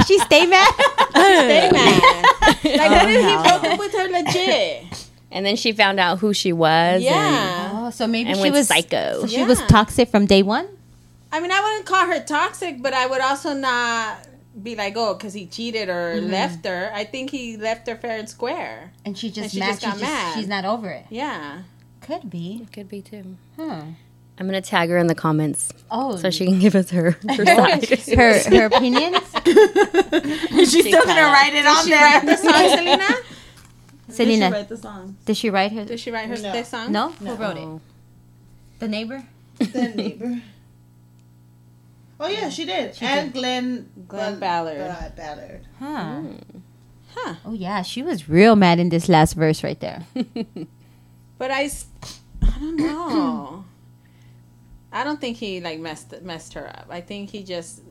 she stay mad. Stay mad. Like, what if Oh, he broke up with her legit? And then she found out who she was. And, Yeah. Oh, so maybe and she went was psycho. So she was Yeah. toxic from day one. I mean, I wouldn't call her toxic, but I would also not be like, oh, because he cheated or Mm-hmm. left her. I think he left her fair and square. And she just she mad. just got she just- mad. She's not over it. Yeah. Could be. Could be too. Huh. I'm gonna tag her in the comments Oh, so she can give us her, her side. her her opinions. She's still gonna write it on there. The song, Selena? Selena, write the song. did she write her? Did she write her No. this song? No? who wrote it? The neighbor. The neighbor. Oh yeah, she did. and Glenn Glenn Ballard. Ballard. Ballard. Huh. Huh. Oh yeah, she was real mad in this last verse right there. But I, s- I don't know. I don't think he like messed messed her up. I think he just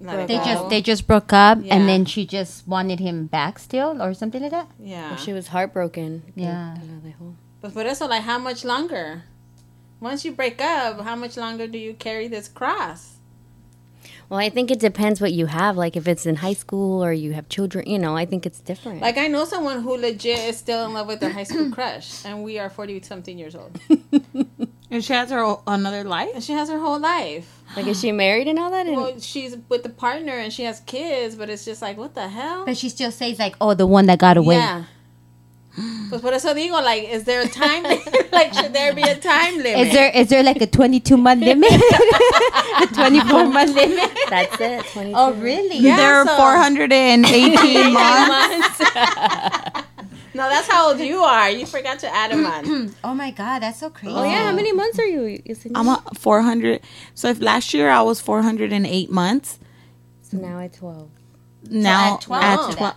let it They go. just they just broke up, Yeah. and then she just wanted him back still, or something like that. yeah. She was heartbroken. Yeah. You know, the whole- But for eso, like, how much longer? Once you break up, how much longer do you carry this cross? Well, I think it depends what you have. Like if it's in high school or you have children, you know, I think it's different. Like, I know someone who legit is still in love with their high school crush, and we are forty something years old, And she has her o- another life. and she has her whole life. Like is she married and all that? And- Well, she's with the partner, and she has kids, but it's just like, what the hell? But she still says like, "Oh, the one that got away." Yeah. Pues por eso digo, like, is there a time? like, should there be a time limit? Is there is there like a twenty two month limit? a twenty four month limit? that's it. 22. Oh really? Yeah, There are so- 418 months. No, that's how old you are. You forgot to add a month. Oh my god, that's so crazy. Oh yeah. How many months are you? Is it- I'm a 400. So if last year I was 408 months, so now at twelve. now add 12 at to 12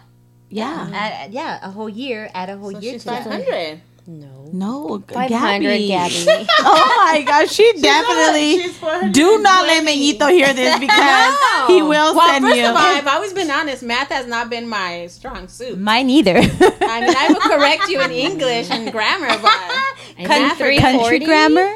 yeah. Add- add- Uh, yeah, a whole year. Add a whole year to Five that. hundred. No. No, Gabby. 500, Gabby. oh my gosh, she she's definitely. 420. Do not let Meñito hear this because he will Well, send first you. of all, I've always been honest. Math has not been my strong suit. Mine either. I mean, I will correct you in English and grammar, but I think Country- 340? Country grammar.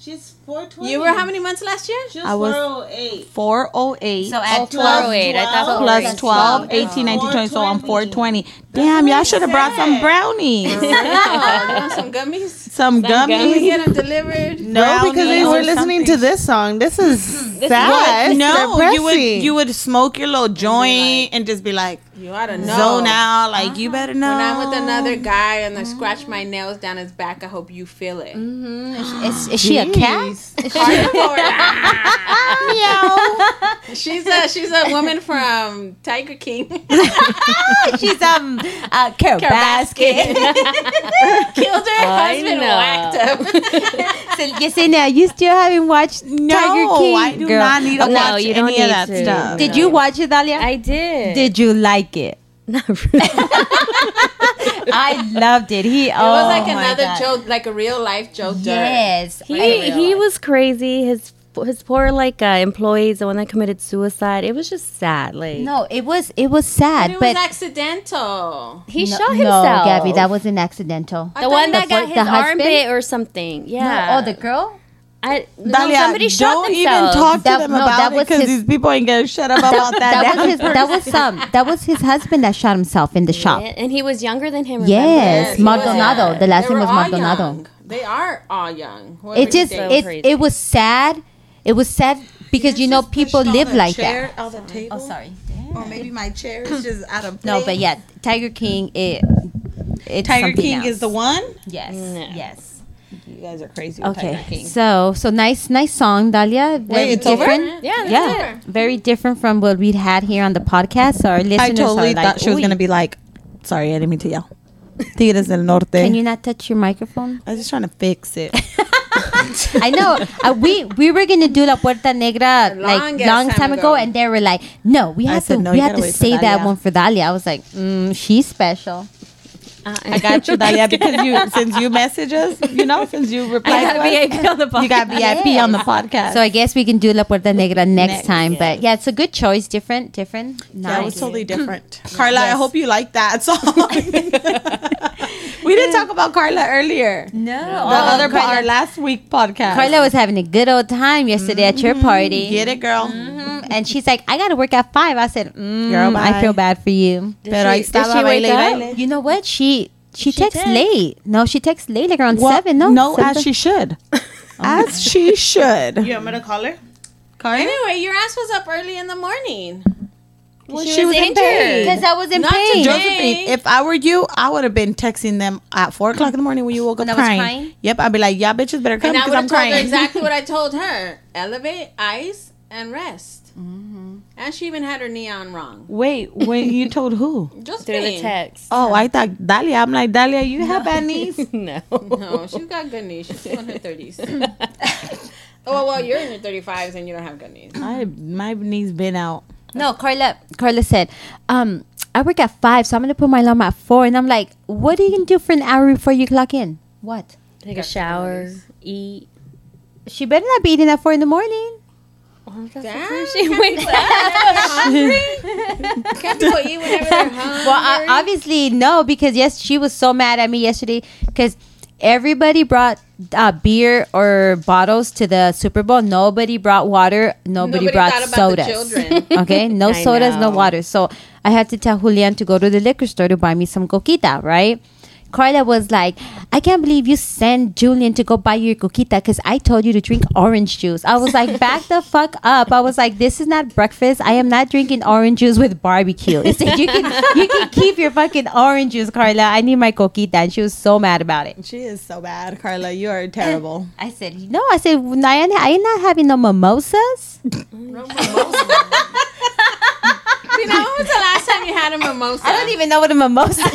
She's four twenty. you were how many months last year? She I was- was four oh eight. 408 So add Oh, wait, I thought plus we were- 12, 18, 19, 20. So I'm 420. 420. Damn, y'all should have brought some brownies. Oh, you want some gummies? Some Can we gummies. get them delivered? No, because they brownies were or listening to something. this song. This is sad. No, you would Depressing. you would smoke your little joint and just be like You ought to know. zone out, like you better know. When I'm with another guy and I scratch my nails down his back, I hope you feel it. Is, is she a cat? Is she- Hardcore. Meow. she's a she's a woman from Tiger King. she's um uh, Carol Baskin. Killed her I husband, know. whacked him. so, Yesenia, you still haven't watched No, Tiger King? I do girl. not need to No, watch you don't any of need that to. stuff. Did you watch it, Dalia? I did. Did you like it? Not really. I loved it. He oh, it was like my another God. joke, like a real life joke. Dirk. Yes, he he was crazy. His his poor like uh, employees, the one that committed suicide. It was just sad. Like No, it was it was sad, It but was accidental. he no, shot himself. No, Gabby, that was an accidental. the one that got the his husband? arm bit or something. Yeah. No, oh, the girl. I, no, Dalia, somebody shot don't even themselves. talk to That- them no, that about it was because his- these people ain't gonna shut up about that. That damn was his. That was some. That was his husband that shot himself in the shop. Yeah, and he was younger than him. Yes, remember? He was- Maldonado. The last They name was were all Maldonado. young. They are all young. whoever It just you so date. it crazy. it was sad. It was sad because you know people live like that. Oh, sorry. Or maybe my chair is just out of No, but yeah, Tiger King. It. It's Tiger something King is else. the one. yes No. yes. You guys are crazy. Okay, so so nice, nice song, Dalia. Very it's over? Yeah, that's yeah, very different from what we'd had here on the podcast. So our listeners I totally are like, thought she was "Uy, gonna be like, "Sorry, I didn't mean to yell." Tigres del Norte. Can you not touch your microphone? I was just trying to fix it. I know uh, we we were gonna do La Puerta Negra like Longest long time time ago, ago. and they were like, "No, we I have said, to "No, we you have gotta to wait for say that Dalia." one for Dalia." I was like, mm, "She's special." Uh, I got you, Dalia, because you since you message us, you know, since you reply, I got VIP on the podcast. you got VIP on the podcast. So I guess we can do La Puerta Negra next, Next, time. But yeah, it's a good choice. Different, different. That was Nice. totally different. Carla, I hope you like that song. we didn't talk talk about Carla earlier. No, The Oh, other po- our last week podcast. Carla was having a good old time yesterday at your party. Mm-hmm. Get it, girl. Mhm. And she's like, I got to work at five. I said, mm, Girl, I bye. feel bad for you. Pero ahí did estaba she wake baile, up? baile. You know what? She she, She texts did. late. No, she texts late, like around Well, seven. No, no, seven as she should. Oh As she should. You want me to call her? Anyway, your ass was up early in the morning. Well, she, was, in pain. because I was in Not to pain. judge- Josephine, if I were you, I would have been texting them at four o'clock in the morning when you woke up When I was crying. crying? Yep, I'd be like, "Y'all bitches better come And I because would have I'm told her crying." exactly what I told her: elevate, ice, and rest. Mm-hmm. And she even had her neon wrong. Wait, when you told who? Just Through the text. Oh, I thought Dalia. I'm like Dalia, you have bad knees. No. No, she's got good knees. She's in her thirties. oh well, you're in your thirty-fives and you don't have good knees. I, my knees been out. no, Carla. Carla said, um, I work at five, so I'm gonna put my alarm at four. And I'm like, what are you gonna do for an hour before you clock in? What? Take a shower, eat. She better not be eating at four in the morning. Damn, She wakes up. can people eat whenever they're hungry? Well, I, obviously no, because yes, she was so mad at me yesterday because everybody brought uh, beer or bottles to the Super Bowl. Nobody brought water. Nobody, Nobody brought thought about the sodas. children. okay, no I sodas, no know. water. So I had to tell Julian to go to the liquor store to buy me some coquita, right? Carla was like, I can't believe you sent Julian to go buy your coquita because I told you to drink orange juice. I was like, back the fuck up. I was like, this is not breakfast. I am not drinking orange juice with barbecue. It's like, you can, you can keep your fucking orange juice, Carla. I need my coquita. And she was so mad about it. She is so bad, Carla. You are terrible. I said, no, I said, Diana, I ain't not having no mimosas. you know, when was the last time you had a mimosa? I don't even know what a mimosa is.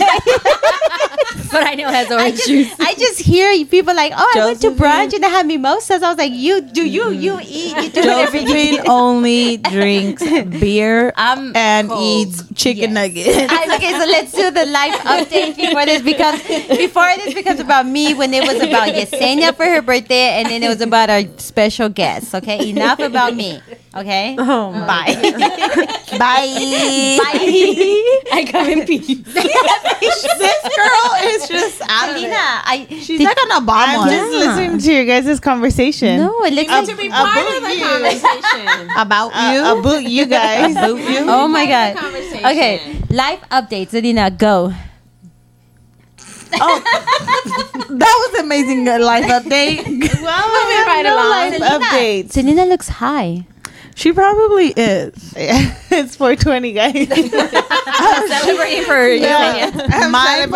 But I know it has orange juice. I just hear you people like, oh, I went to brunch and I had mimosas. I was like, you do you you eat you do whatever you Josephine only drinks beer Um, I'm and eats chicken nuggets. I, okay, so let's do the live update before this becomes before this becomes about me. When it was about Yesenia for her birthday, and then it was about our special guest. Okay, enough about me. Okay, Oh my bye. Bye. Bye. I come in peace. this girl is just out of it. Alina, I She's did- like on a bomb I'm one just listening to your guys' conversation. no, it looks like to be part of the you. conversation. about you. I, I boot you guys. oh my Part of god. the conversation. Okay, live updates. Alina, go. Oh. that was amazing uh, life update. Well, we have right no along. life Selena. updates. Selena looks high. She probably is. it's 420, guys. Celebrating for Yesenia. I'm My celebrating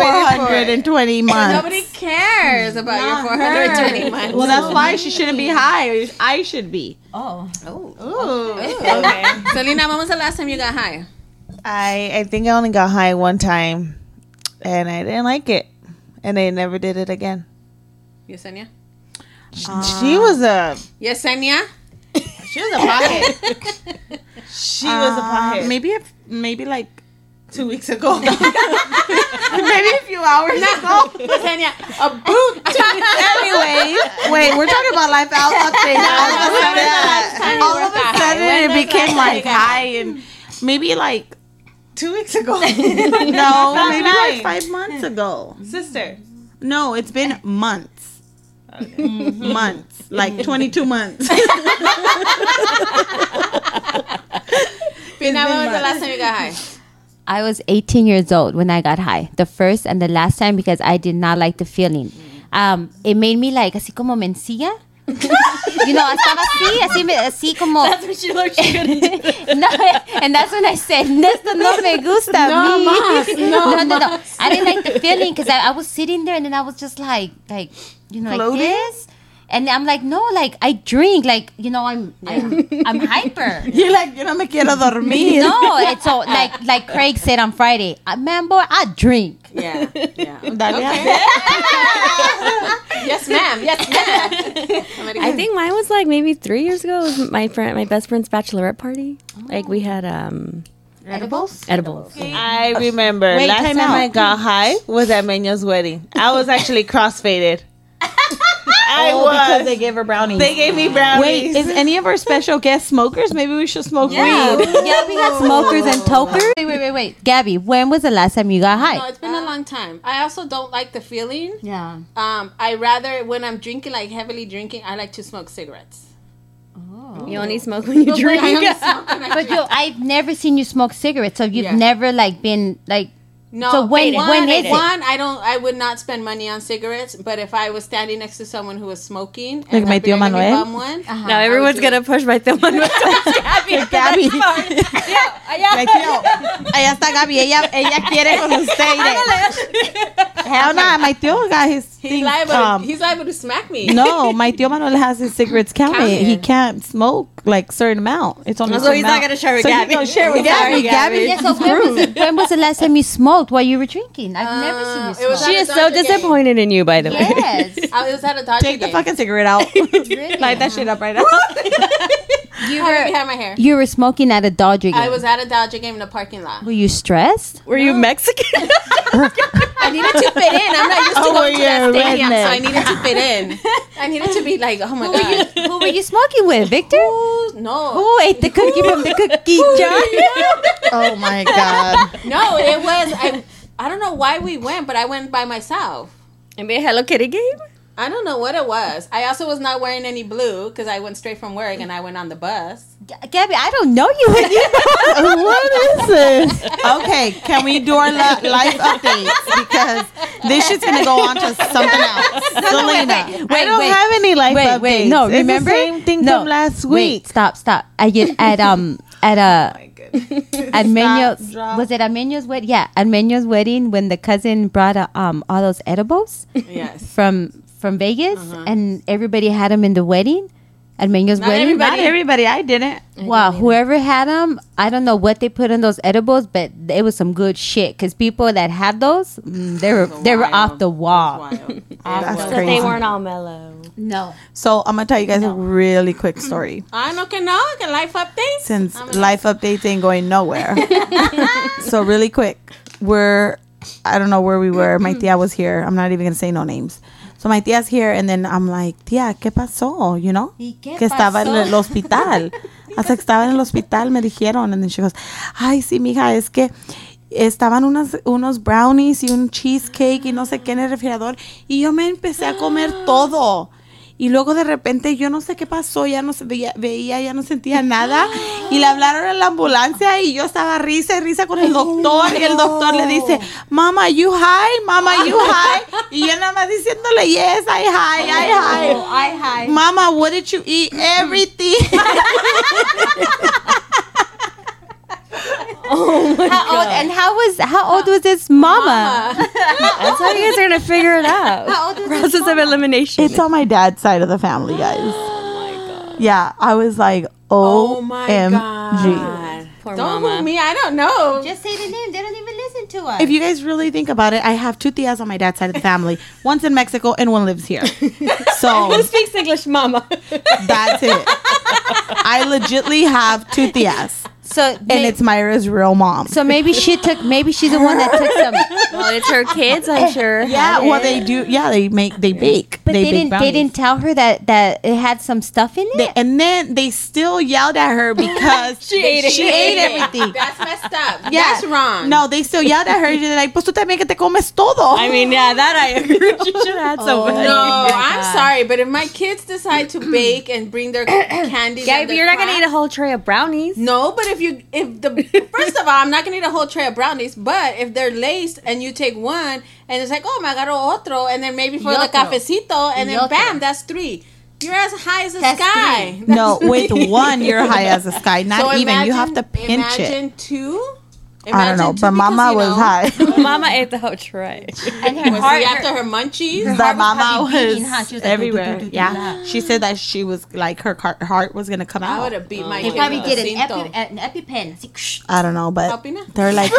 for it. 420 months. Nobody cares about your 420 months. Well, that's why she shouldn't be high. I should be. Oh. Selena, when was the last time you got high? I I think I only got high one time, and I didn't like it, and I never did it again. Yesenia? Ah. she was a Yesenia? she was a pothead. Ah, she was a pothead. Maybe if maybe like two weeks ago. Maybe a few hours ago. Yesenia, a boot. anyway. Wait, we're talking about life out update. All of a sudden, all of a sudden it became like high and maybe like Two weeks ago. no, maybe nice. like five months ago. Sister. No, it's been months. months, like 22 months. Pina, when was the last time you got high? I was 18 years old when I got high, the first and the last time because I did not like the feeling. Um, it made me like así como mencilla. you know, estaba así, así, me, así como. That's when she looked no, and that's when I said, "Esto no me gusta no, me." no, no, no, I didn't like the feeling because I, I was sitting there and then I was just like, like you know, Floating? like this. And I'm like, no, like I drink, like you know, I'm, I'm, I'm hyper. You're like, yo no me quiero dormir. No, it's so like like Craig said on Friday. "Uh, Man, boy, I drink. Yeah, yeah. Dalia. Yes, ma'am. Yes, ma'am. I think mine was like maybe three years ago. It was my friend, my best friend's bachelorette party. Like we had um edibles. Edibles. I remember Wait, last time time out. I got high was at Menyo's wedding. I was actually crossfaded. I Oh, because was. they gave her brownies. They gave me brownies. Wait, is any of our special guest smokers? Maybe we should smoke Yeah. weed. yeah, we got smokers and tokers. Wait, wait, wait, wait. Gabby, when was the last time you got No, high? it's been a long time. I also don't like the feeling. Yeah. Um, I rather when I'm drinking, like heavily drinking, I like to smoke cigarettes. You only smoke when you drink. But yo, I've never seen you smoke cigarettes, so you've Yeah. never like been like. No, So when- one, when is it? one, I don't. I would not spend money on cigarettes. But if I was standing next to someone who was smoking, and Like my I tío pretended to Manuel? bum one, Now everyone's gonna push my thumb on Gabby. Like, yo, allá está Gaby. Ella, ella quiere con usted. Hell nah, my tío got his he's thing, liable. um, he's liable to smack me. No, my tío Manuel has his cigarettes counted. Counted. He can't smoke like certain amount. It's on a So certain he's not amount. gonna share with so Gabby. He's gonna share with Gabby. Sorry, Gabby. Gabby. Yeah, so when was, when was the last time you smoked while you were drinking? I've never seen you Uh, smoke. it was She at a is so Dodger game. disappointed in you, by the way. yes. I was at a Dodger Take the game. fucking cigarette out. Really? Light that shit up right now. You were behind my hair. You were smoking at a Dodger game. I was at a Dodger game in the parking lot. Were you stressed? Were you Mexican? I needed to fit in. I'm not Oh, used to going to that stadium, so I needed to fit in. I needed to be like, oh my god, Who were you smoking with, Victor? no, Who ate the cookie from the cookie jar? oh my god. no. It was I. I don't know why we went, but I went by myself. And be a Hello Kitty game? I don't know what it was. I also was not wearing any blue because I went straight from work and I went on the bus. Gabby, I don't know you. you what is this? okay, can we do our li- life updates? Because this shit's gonna go on to something else. Selena. I don't have any life wait, updates. wait, no, It's the remember? same thing no. from last Wait, week. stop, stop. I get at um at Oh a at Menyo's drop. was it at Menyo's wedding? Yeah, at Menyo's wedding when the cousin brought uh, um all those edibles Yes. from from Vegas Uh-huh. and everybody had them in the wedding. At Menyo's Not wedding, everybody. Not everybody. I didn't. Wow, whoever had them, I don't know what they put in those edibles, but it was some good shit. Cause people that had those, mm, they were they were off the wall. Wild. That's But they crazy. weren't all mellow. No, So I'm gonna tell you guys a really quick story. I don't know. Can life updates? since life updates ain't going nowhere. so really quick, we're I don't know where we were. Mm-hmm. My tia was here. I'm not even gonna say no names. So my tia's here, and then I'm like, tia, ¿qué pasó? You know, ¿Y qué que estaba en pasó? el hospital. Hasta que estaba en el hospital me dijeron, and then she goes, ay sí, mija, es que estaban unas, unos brownies y un cheesecake y no sé qué en el refrigerador y yo me empecé a comer todo. Y luego de repente yo no sé qué pasó, ya no se veía, veía, ya no sentía nada. Y le hablaron a la ambulancia y yo estaba risa y risa con el doctor. Y el doctor le dice, Mama, you high, Mama, you high. Y yo nada más diciéndole, Yes, I high, I high. Mama, what did you eat? Everything. Oh how old and how was how old was this mama? That's how you guys are gonna figure it out. How old was this Process of elimination. it's on my dad's side of the family, guys. Oh my god. Yeah, I was like, Oh, Oh my my god. Poor Don't mama. move me. I don't know. Just say the name. They don't even listen to us. If you guys really think about it, I have two tias on my dad's side of the family. One's in Mexico and one lives here. So speaks English, Mama? That's it. I legitly have two tias, so, and may- it's Myra's real mom. so maybe she took. Maybe she's the one that took some. Eh, well, it's her kids, I'm sure. yeah, had well, it. they do. Yeah, they make they bake. But they, bake didn't. They brownies. didn't tell her that that it had some stuff in it. They- and then they still yelled at her because she, ate, everything. That's messed Yeah. up. That's wrong. No, they still yelled at her. and They're like, "Pues tú también que te comes todo." I mean, yeah, that I agree. You should have had so No, I'm sorry, but if my kids decide to bake and bring their candy, Yeah, but you're not gonna eat a whole tray of brownies. No, but if you if the first of all, I'm not gonna eat a whole tray of brownies. But if they're laced and you take one and it's like, oh, me agarro otro, and then maybe for the cafecito, and then Yotro. bam, that's three. You're as high as the That's sky. no, with one you're high as a sky. Not So even. you imagine- have to pinch it. Imagine two. I don't know, Imagine two but because, Mama you was know, high. Mama ate the whole tray. and her Was heart. he after her munchies? that mama probably was beating, huh? She was like, everywhere. "Do, do, do, do, Yeah, she said that she was like her car- heart was gonna come I out. would have beat my They kid probably with a did an, cinto. epi, an EpiPen. It's like, "Shh." I don't know, but Papina? they're like,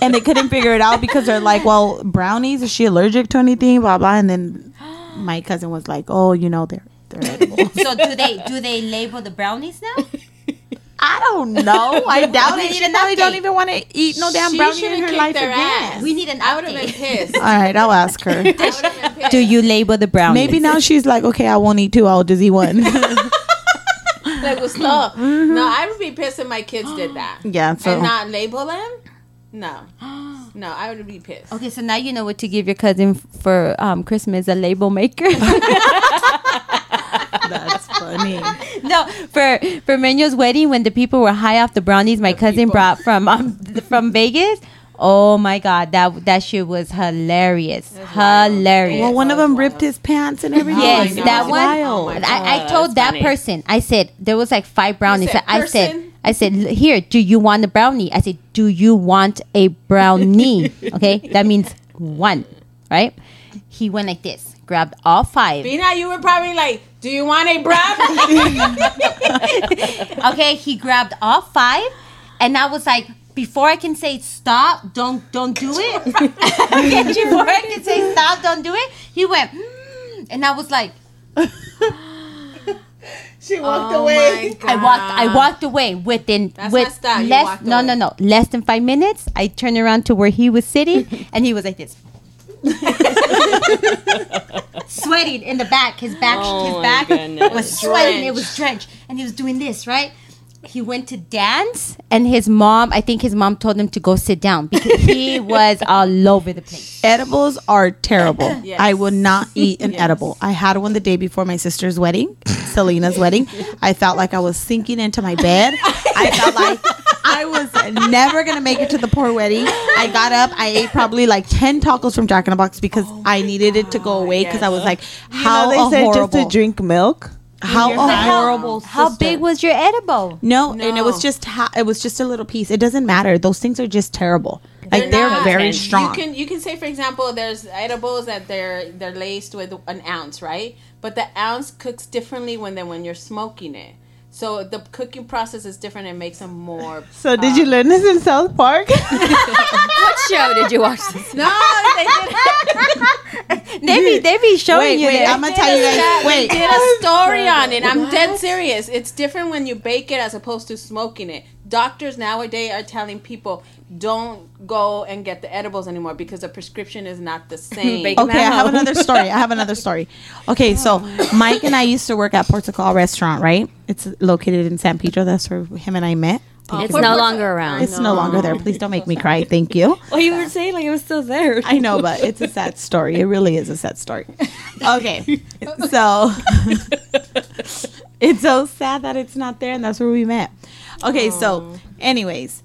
and they couldn't figure it out because they're like, well, brownies. Is she allergic to anything? Blah blah. And then my cousin was like, oh, you know, they're they're edible. So do they do they label the brownies now? I don't know. I doubt it. need She an probably update. don't even want to eat no damn She brownie should've in her kicked life their again. ass. We need an I would have been update. pissed. All right, I'll ask her. I would have been pissed. Do you label the brownies? Maybe now she's like, okay, I won't eat two. I'll just eat one. Like, well, stop. No, I would be pissed if my kids did that. yeah. So And not label them? No. No, I would be pissed. Okay, so now you know what to give your cousin for um, Christmas a label maker. that's funny. no, for for Manuel's wedding when the people were high off the brownies my cousin brought from um, from Vegas. Oh my god, that that shit was hilarious. Hilarious. Well, one of them ripped his pants and Oh everything. Yes, It that was one. wild. I, I told that person. I said there was like five brownies. said I said, person? I said, "L- here, do you want a brownie? I said, do you want a brownie? okay, that means one, right? He went like this, grabbed all five. You know, you were probably like, do you want a brownie? okay, he grabbed all five, and I was like, before I can say stop, don't don't do it. okay, before I can say stop, don't do it. He went, "Mm," and I was like, She walked Oh away. my God. I walked. I walked away within with Ah. messed up. You less. walked No, away. no, no. Less than five minutes. I turned around to where he was sitting, and he was like this, sweating in the back. His back. Oh his back was sweating. It was drenched, and he was doing this right. He went to dance, and his mom. I think his mom told him to go sit down because he was all over the place. Edibles are terrible. I will not eat an edible. I had one the day before my sister's wedding, Selena's wedding. I felt like I was sinking into my bed. I felt like I was never going to make it to the poor wedding. I got up, I ate probably like 10 tacos from Jack in the Box because I needed it to go away because I was like, you know, how they a said horrible, just to drink milk. how a horrible How sister. big was your edible? No, and it was just ha- it was just a little piece. It doesn't matter. Those things are just terrible. Like they're, not. very And strong. You can you can say for example, there's edibles that they're they're laced with an ounce, right? But the ounce cooks differently when than when you're smoking it. So the cooking process is different and makes them more. So did you learn this in South Park? What show did you watch this? No, they did, They be they be showing wait, you wait, that. I'm gonna tell you guys. they Wait, did a story on it. I'm dead serious. It's different when you bake it as opposed to smoking it. Doctors nowadays are telling people don't go and get the edibles anymore because the prescription is not the same. Okay, I have another story. I have another story. Okay, so Mike and I used to work at Portugal Restaurant, right? It's located in San Pedro. That's where him and I met. It's no longer around. It's no longer there. Please don't make me cry. Thank you. Oh, you were saying like it was still there. I know, but it's a sad story. It really is a sad story. Okay, so it's so sad that it's not there, and that's where we met. Okay, so anyways,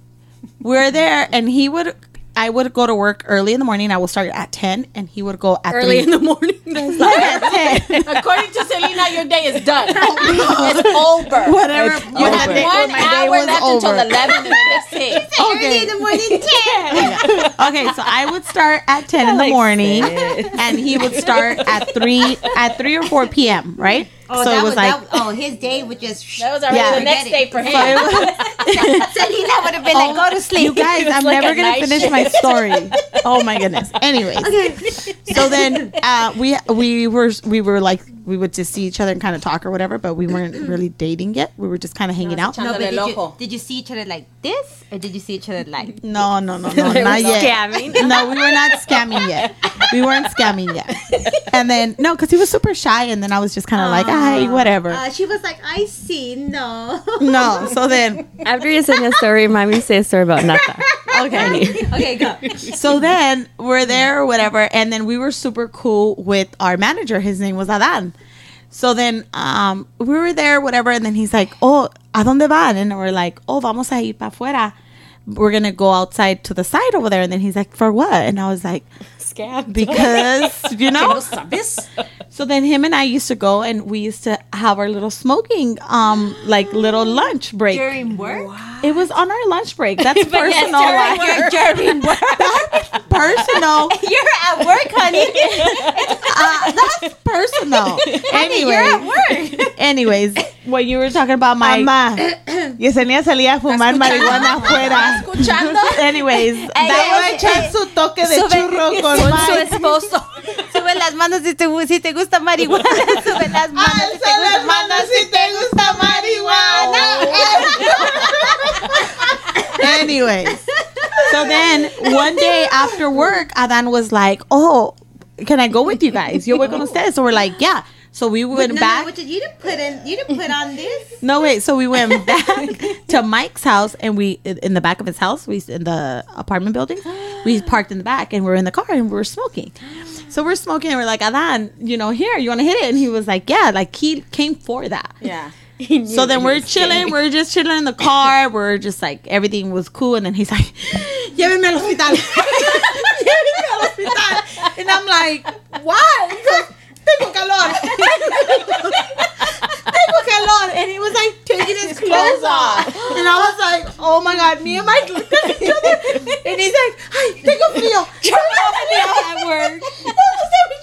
we're there, and he would. I would go to work early in the morning. I will start at ten, and he would go at Early three. in the morning. That's Like at 10. According to Selena, your day is done. Whatever. You had One hour left until 11 and then it's 6. Okay. okay, so I would start at ten in the morning, and he would start at three at three or four p.m. Right? Oh, that was, that, was- oh, his day was just. That was already Yeah. the next Forget day it. for him. Selena would have been like, go to sleep. You guys, I'm never gonna finish my story. Oh my goodness. Anyways, so then uh, we we were we were like we would just see each other and kind of talk or whatever, but we weren't really dating yet. We were just kind of hanging out. No, No, but Echándole did, el you, ojo. did you see each other like this, or did you see each other like? no, no, no, no not yet. Scamming? No, we were not scamming yet. We weren't scamming yet. And then no, because he was super shy, and then I was just kind of like, hi, whatever. she was like, I see, no. no, so then After you said that story, remind me to say a story about Nata. okay. okay, go. so then we're there or whatever, and then we were super cool with our manager. His name was Adan. So then um, we were there, whatever, and then he's like, "Oh, ¿a dónde van?" And we're like, "Oh, vamos a ir para afuera. We're gonna go outside to the side over there." And then he's like, "For what?" And I was like, Scam. because you know so then him and i used to go and we used to have our little smoking um like little lunch break during work it was on our lunch break that's personal like, that's personal You're at work, honey. uh, that's personal anyway anyways when you were talking about my Mamá. Yesenia salía a fumar marihuana afuera. Escuchando. anyways Daba a that was echar su toque de sube- churro con Mike. Sube las manos si te, si te gusta marihuana. Ah, Sube las manos si te Alza gusta las manos si te gusta marihuana. Anyways, so then one day after work, Adan was like, "Oh, can I go with you guys? You're working on stairs." So we're like, "Yeah." So we went No, back. no, what did- you didn't put in. You didn't put on this. No wait, so we went back to Mike's house and we in the back of his house, we in the apartment building. We parked in the back and we're in the car and we're smoking. So we're smoking and we're like, Adan, you know, here, you wanna hit it? And he was like, Yeah, like he came for that. Yeah. So then we're chilling, we're just chilling in the car, we're just like everything was cool and then he's like, Llévenme al hospital. Llévenme al hospital. And I'm like, Why? He's like, Tengo calor. Tengo calor. And he was like taking his clothes off. And I was like, oh my god, me and Mike looked at each other. And he's like, ay, tengo frío. Tengo frío at work.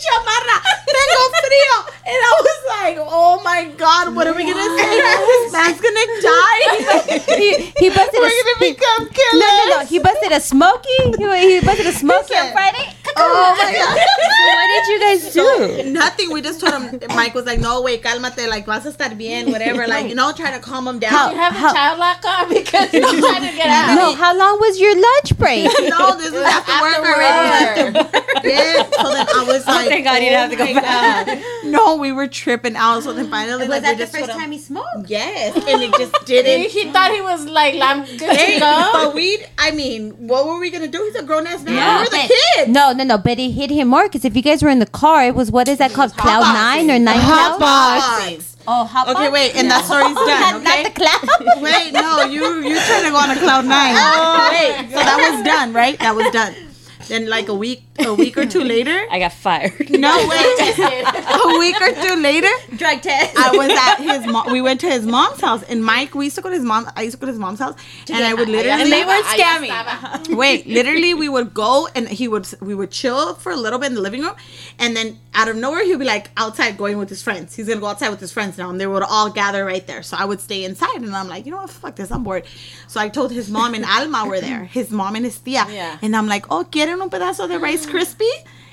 chamarra. Tengo frío. And I was like, oh my god, what are we gonna say? This man's gonna die. he, he busted We're a, gonna he, become no, killers. no, no. He busted a smoky. He, he busted a smoky on Friday. Oh my god. What did you guys do? Nothing. We just told him. Mike was like, "No, wait, cálmate. Like, vas a estar bien, whatever. Like, you know, try to calm him down." You have a child lock on because you trying to get out. No, how long was your lunch break? no, this is after, work already. yeah. So then I was like, "Oh thank God you didn't have to go my God. No, we were tripping out. So then finally, Was like, that we the just first put 'em- time he smoked? Yes, and it just He, didn't. he thought he was like, I'm good Hey, to go. but we, I mean, what were we gonna do? He's a grown ass man. No, We're the but- kids. Oh, No, no, no. But it hit him more because if you guys were in the car, it was what is that called? Cloud nine or nine cloud? Hotbox. Oh, hot Okay, box? wait, and that story's Not, done. not Okay. the cloud. Wait, no, you you trying to go on a cloud nine. Oh, wait, so that was done, right? That was done. Then like a week, a week or two later. I got fired. No, wait, a week or two later. Drug test. I was at his mom. We went to his mom's house, and Mike. We used to go to his mom. I used to go to his mom's house, and I would literally. And they were scamming. Wait, literally, we would go, and he would. We would chill for a little bit in the living room, and then out of nowhere, he'd be like outside going with his friends. He's gonna go outside with his friends now, and they would all gather right there. So I would stay inside, and I'm like, you know what, fuck this, I'm bored. So I told his mom and Alma were there. His mom and his tia. Yeah. And I'm like, oh, quieren un pedazo de rice crispy?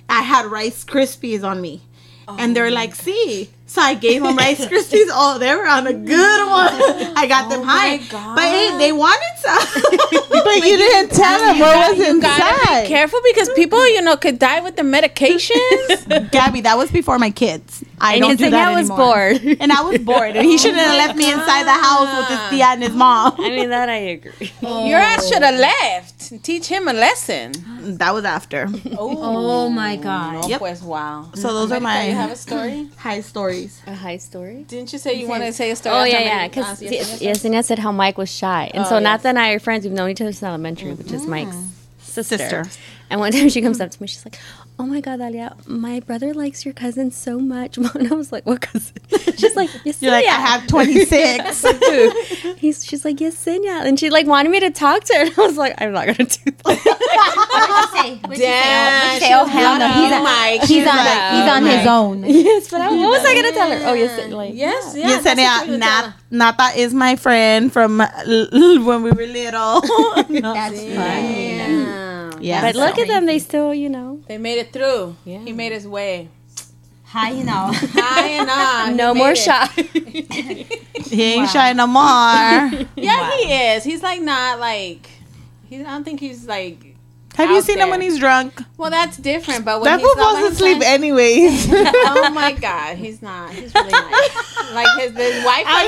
I had rice krispies on me and they're like, "See." So I gave them Rice Krispies. Oh, they were on a good one. I got them high, but hey, they wanted some. But you didn't tell him what was inside. Careful because people, you know, could die with the medications. Gabby, that was before my kids. I And don't he's do like, that I was anymore." bored. and I was bored, and he shouldn't have left me inside the house with his tia and his mom. I mean, that I agree. Your ass should have left. Teach him a lesson. That was after. Oh my god. Yep. Pues wow. So those are You have my a story? high stories. A high story? Didn't you say you wanted to say a story? Oh, on yeah, somebody- yeah. Because on somebody- Yesenia said how Mike was shy. And so Nathan and I are friends. We've known each other since elementary, which is Mike's Mm-hmm. sister. Sister. And one time she comes up to me, she's like, Oh my God, Dalia, my brother likes your cousin so much. And I was like, What cousin? She's like, Yesenia. You're like, I have 26. He's, she's like, Yesenia. And she like wanted me to talk to her. And I was like, I'm not going to do that. Damn. Say, oh hell no. He's on. He's on. He's on his own. yes, but I, what was I going to tell her? Oh, yes. Like, Yes, yeah. Yes, that's what you Yesenia, would Nat, tell Nata is my friend from l- l- when we were little. That's funny. them. Yeah. yeah. But look at them. They still, you know. They made it through. Yeah. He made his way. Hi, you know. High and on. No He more made it. shy. He ain't shy no more. Yeah, he is. He's like not like. He, I don't think he's like. Have you out seen him there. when he's drunk? Well, that's different. But when That he's fool not by falls his asleep friends- anyways. oh my god, he's not. He's really nice. like his, his wife. I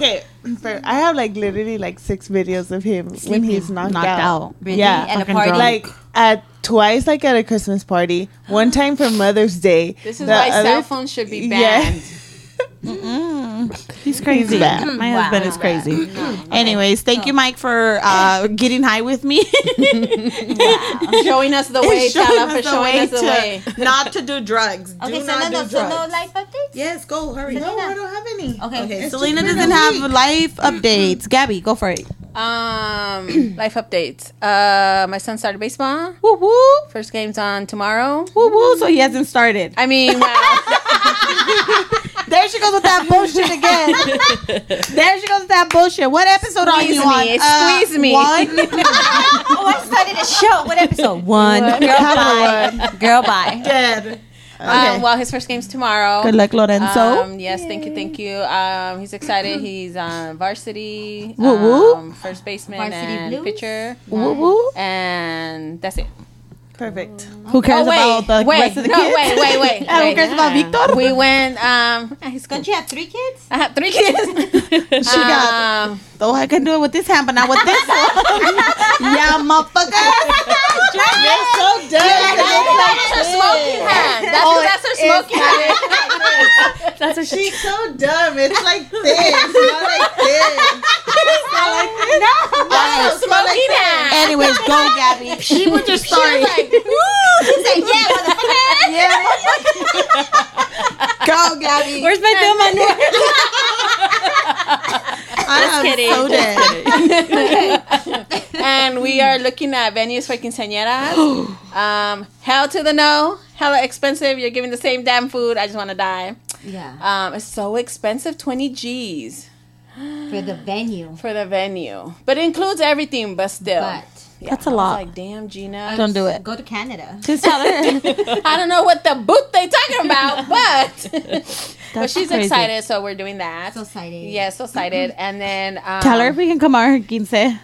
have, okay, for, I have like literally like six videos of him when he's knocked, Knocked out. out. Really? Yeah, At a fucking party. drunk. Like at twice, like at a Christmas party. One time for Mother's Day. This is The why other- cell phones should be banned. He's crazy. My husband is crazy. Anyways, thank you, Mike, for uh, getting high with me. Showing us the way, Showing Tala, us for the showing way us the to- way. Not to do drugs. Okay, do so not no, no, do so drugs. no life updates. Yes, go hurry. No, I don't have any. Okay. Okay, It's Selena doesn't have life updates. Gabby, go for it. Um, life updates. Uh, my son started baseball. Woo woo, First game's on tomorrow. woo woo. So he hasn't started. I mean, well, There she goes with that bullshit again. there she goes with that bullshit. What episode are you Squeeze on? Uh, me, squeeze me. One. Oh, I started a show. What episode? One. Girl, bye. Girl, bye. Dead. Um, well, his first game's tomorrow. Good luck, Lorenzo. Mm-hmm. Um, yes, thank you, thank you. Um, he's excited. He's on varsity, Woo woo. um, first baseman Varsity and Blues. pitcher, Woo woo. and that's it. Perfect. Who cares wait, about the wait, rest of the no, kids? wait, wait, wait, And Who wait. cares about Victor? We went. Um, ah, he's good. Don't you have three kids? I have three kids. She got. um, Oh, I can do it with this hand, but not with this one. yeah, motherfucker. You're so dirty. that's her smoking hand. That's, Oh, that's her smoking hand. That's what she. She's so dumb. It's like this. It's not like this. It's not like this. No. it's not like Smoking this. hand. Anyways, go, Gabby. She was just sorry. Go, Gabby. Where's my film on I am so dead. and we are looking at venues for quinceañeras. um, hell to the no, hella expensive. You're giving the same damn food. I just want to die. Yeah, Um, it's so expensive, 20 G's for the venue. for the venue, but it includes everything. But still, But That's a I was lot. like damn, Gina. Don't do it. go to Canada. Just tell her. I don't know what the boot they talking about, but but That's she's crazy. excited, so we're doing that. So excited. yeah, so excited. And then um, Tell her if we can come out her quince. Huh?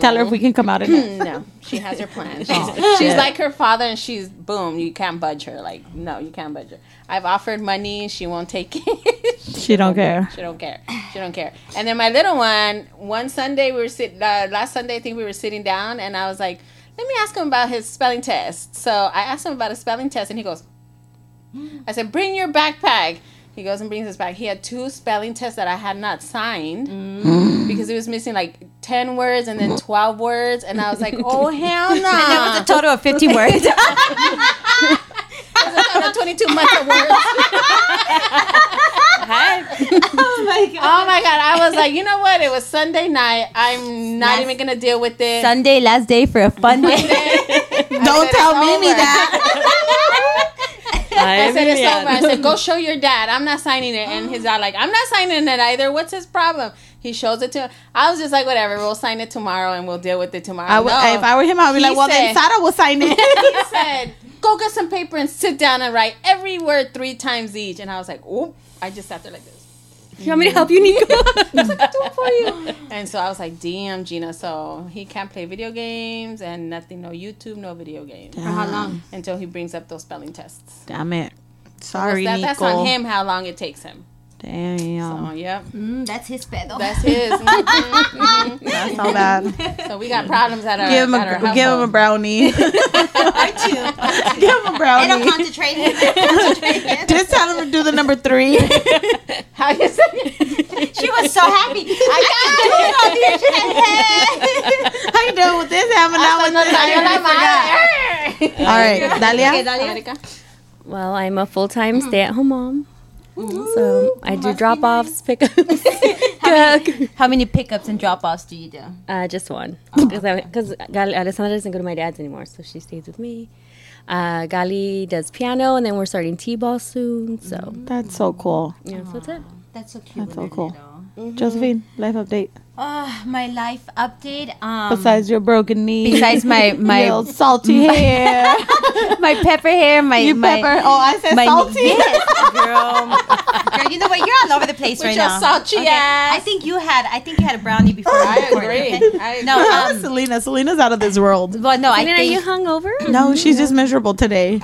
Tell her if we can come out her. next. No, she has her plan. She's, Oh, she's like her father, and she's boom. You can't budge her. Like no, you can't budge her. I've offered money, she won't take it. She don't care. She don't care. She don't care. And then my little one, one Sunday we were sitting. Uh, last Sunday, I think we were sitting down, and I was like, "Let me ask him about his spelling test." So I asked him about his spelling test, and he goes, "I said, bring your backpack." He goes and brings his back. He had two spelling tests that I had not signed because he was missing like ten words and then twelve words, and I was like, "Oh hell no!" A total of 50 words. That's not 22 months of words. Oh my god! I was like, you know what? It was Sunday night. I'm not Yes. even gonna deal with it. Sunday, last day for a fun day. Don't said tell it's Mimi over. that. I said it's over. I said, go show your dad. I'm not signing it. And his dad like, I'm not signing it either. What's his problem? He shows it to. I was just like, whatever. We'll sign it tomorrow and we'll deal with it tomorrow. I would, No. If I were him, I'd be He like, well, then said- Sara will sign it. he said, go get some paper and sit down and write every word three times each. And I was like, oh, I just sat there like this. you want me to help you, Nico? for you. And so I was like, damn, Gina. So he can't play video games and nothing, no YouTube, no video games. For how long? Until he brings up those spelling tests. Damn it. Because Sorry, that- Nico. that's on him how long it takes him. Damn. So, yep. Mm, that's his pedal. That's his. Mhm. That's all bad. so we got problems at our, give him at our a give him a household. brownie. give him a It'll brownie. concentrate him. Concentrate him. Just tell him to do the number three. How you say it? She was so happy. I can't do it on the internet. How you doing with this? Having that Hasta nos one. salió la madre. All right, Dalia. America. Well, I'm a full time stay at home mom. So I do drop offs, pickups, cook. How many pickups and drop offs do you do? Uh, just one. Because Alessandra doesn't go to my dad's anymore, so she stays with me. Uh, Gali does piano, and then we're starting T ball soon. So, That's so cool. yeah, so that's it. That's so cute. That's so cool. Josephine, life update. Oh, my life update. Um, Besides your broken knee, besides my my my salty hair, my pepper hair, my you my, pepper. Oh, I said my salty. yes, girl. girl, you know what? You're all over the place right Your now. salty I ass. think you had I think you had a brownie before. I agree. No, Oh, um, Selena. Selena's out of this world. well, no, I Are you think hungover? No, she's just miserable today.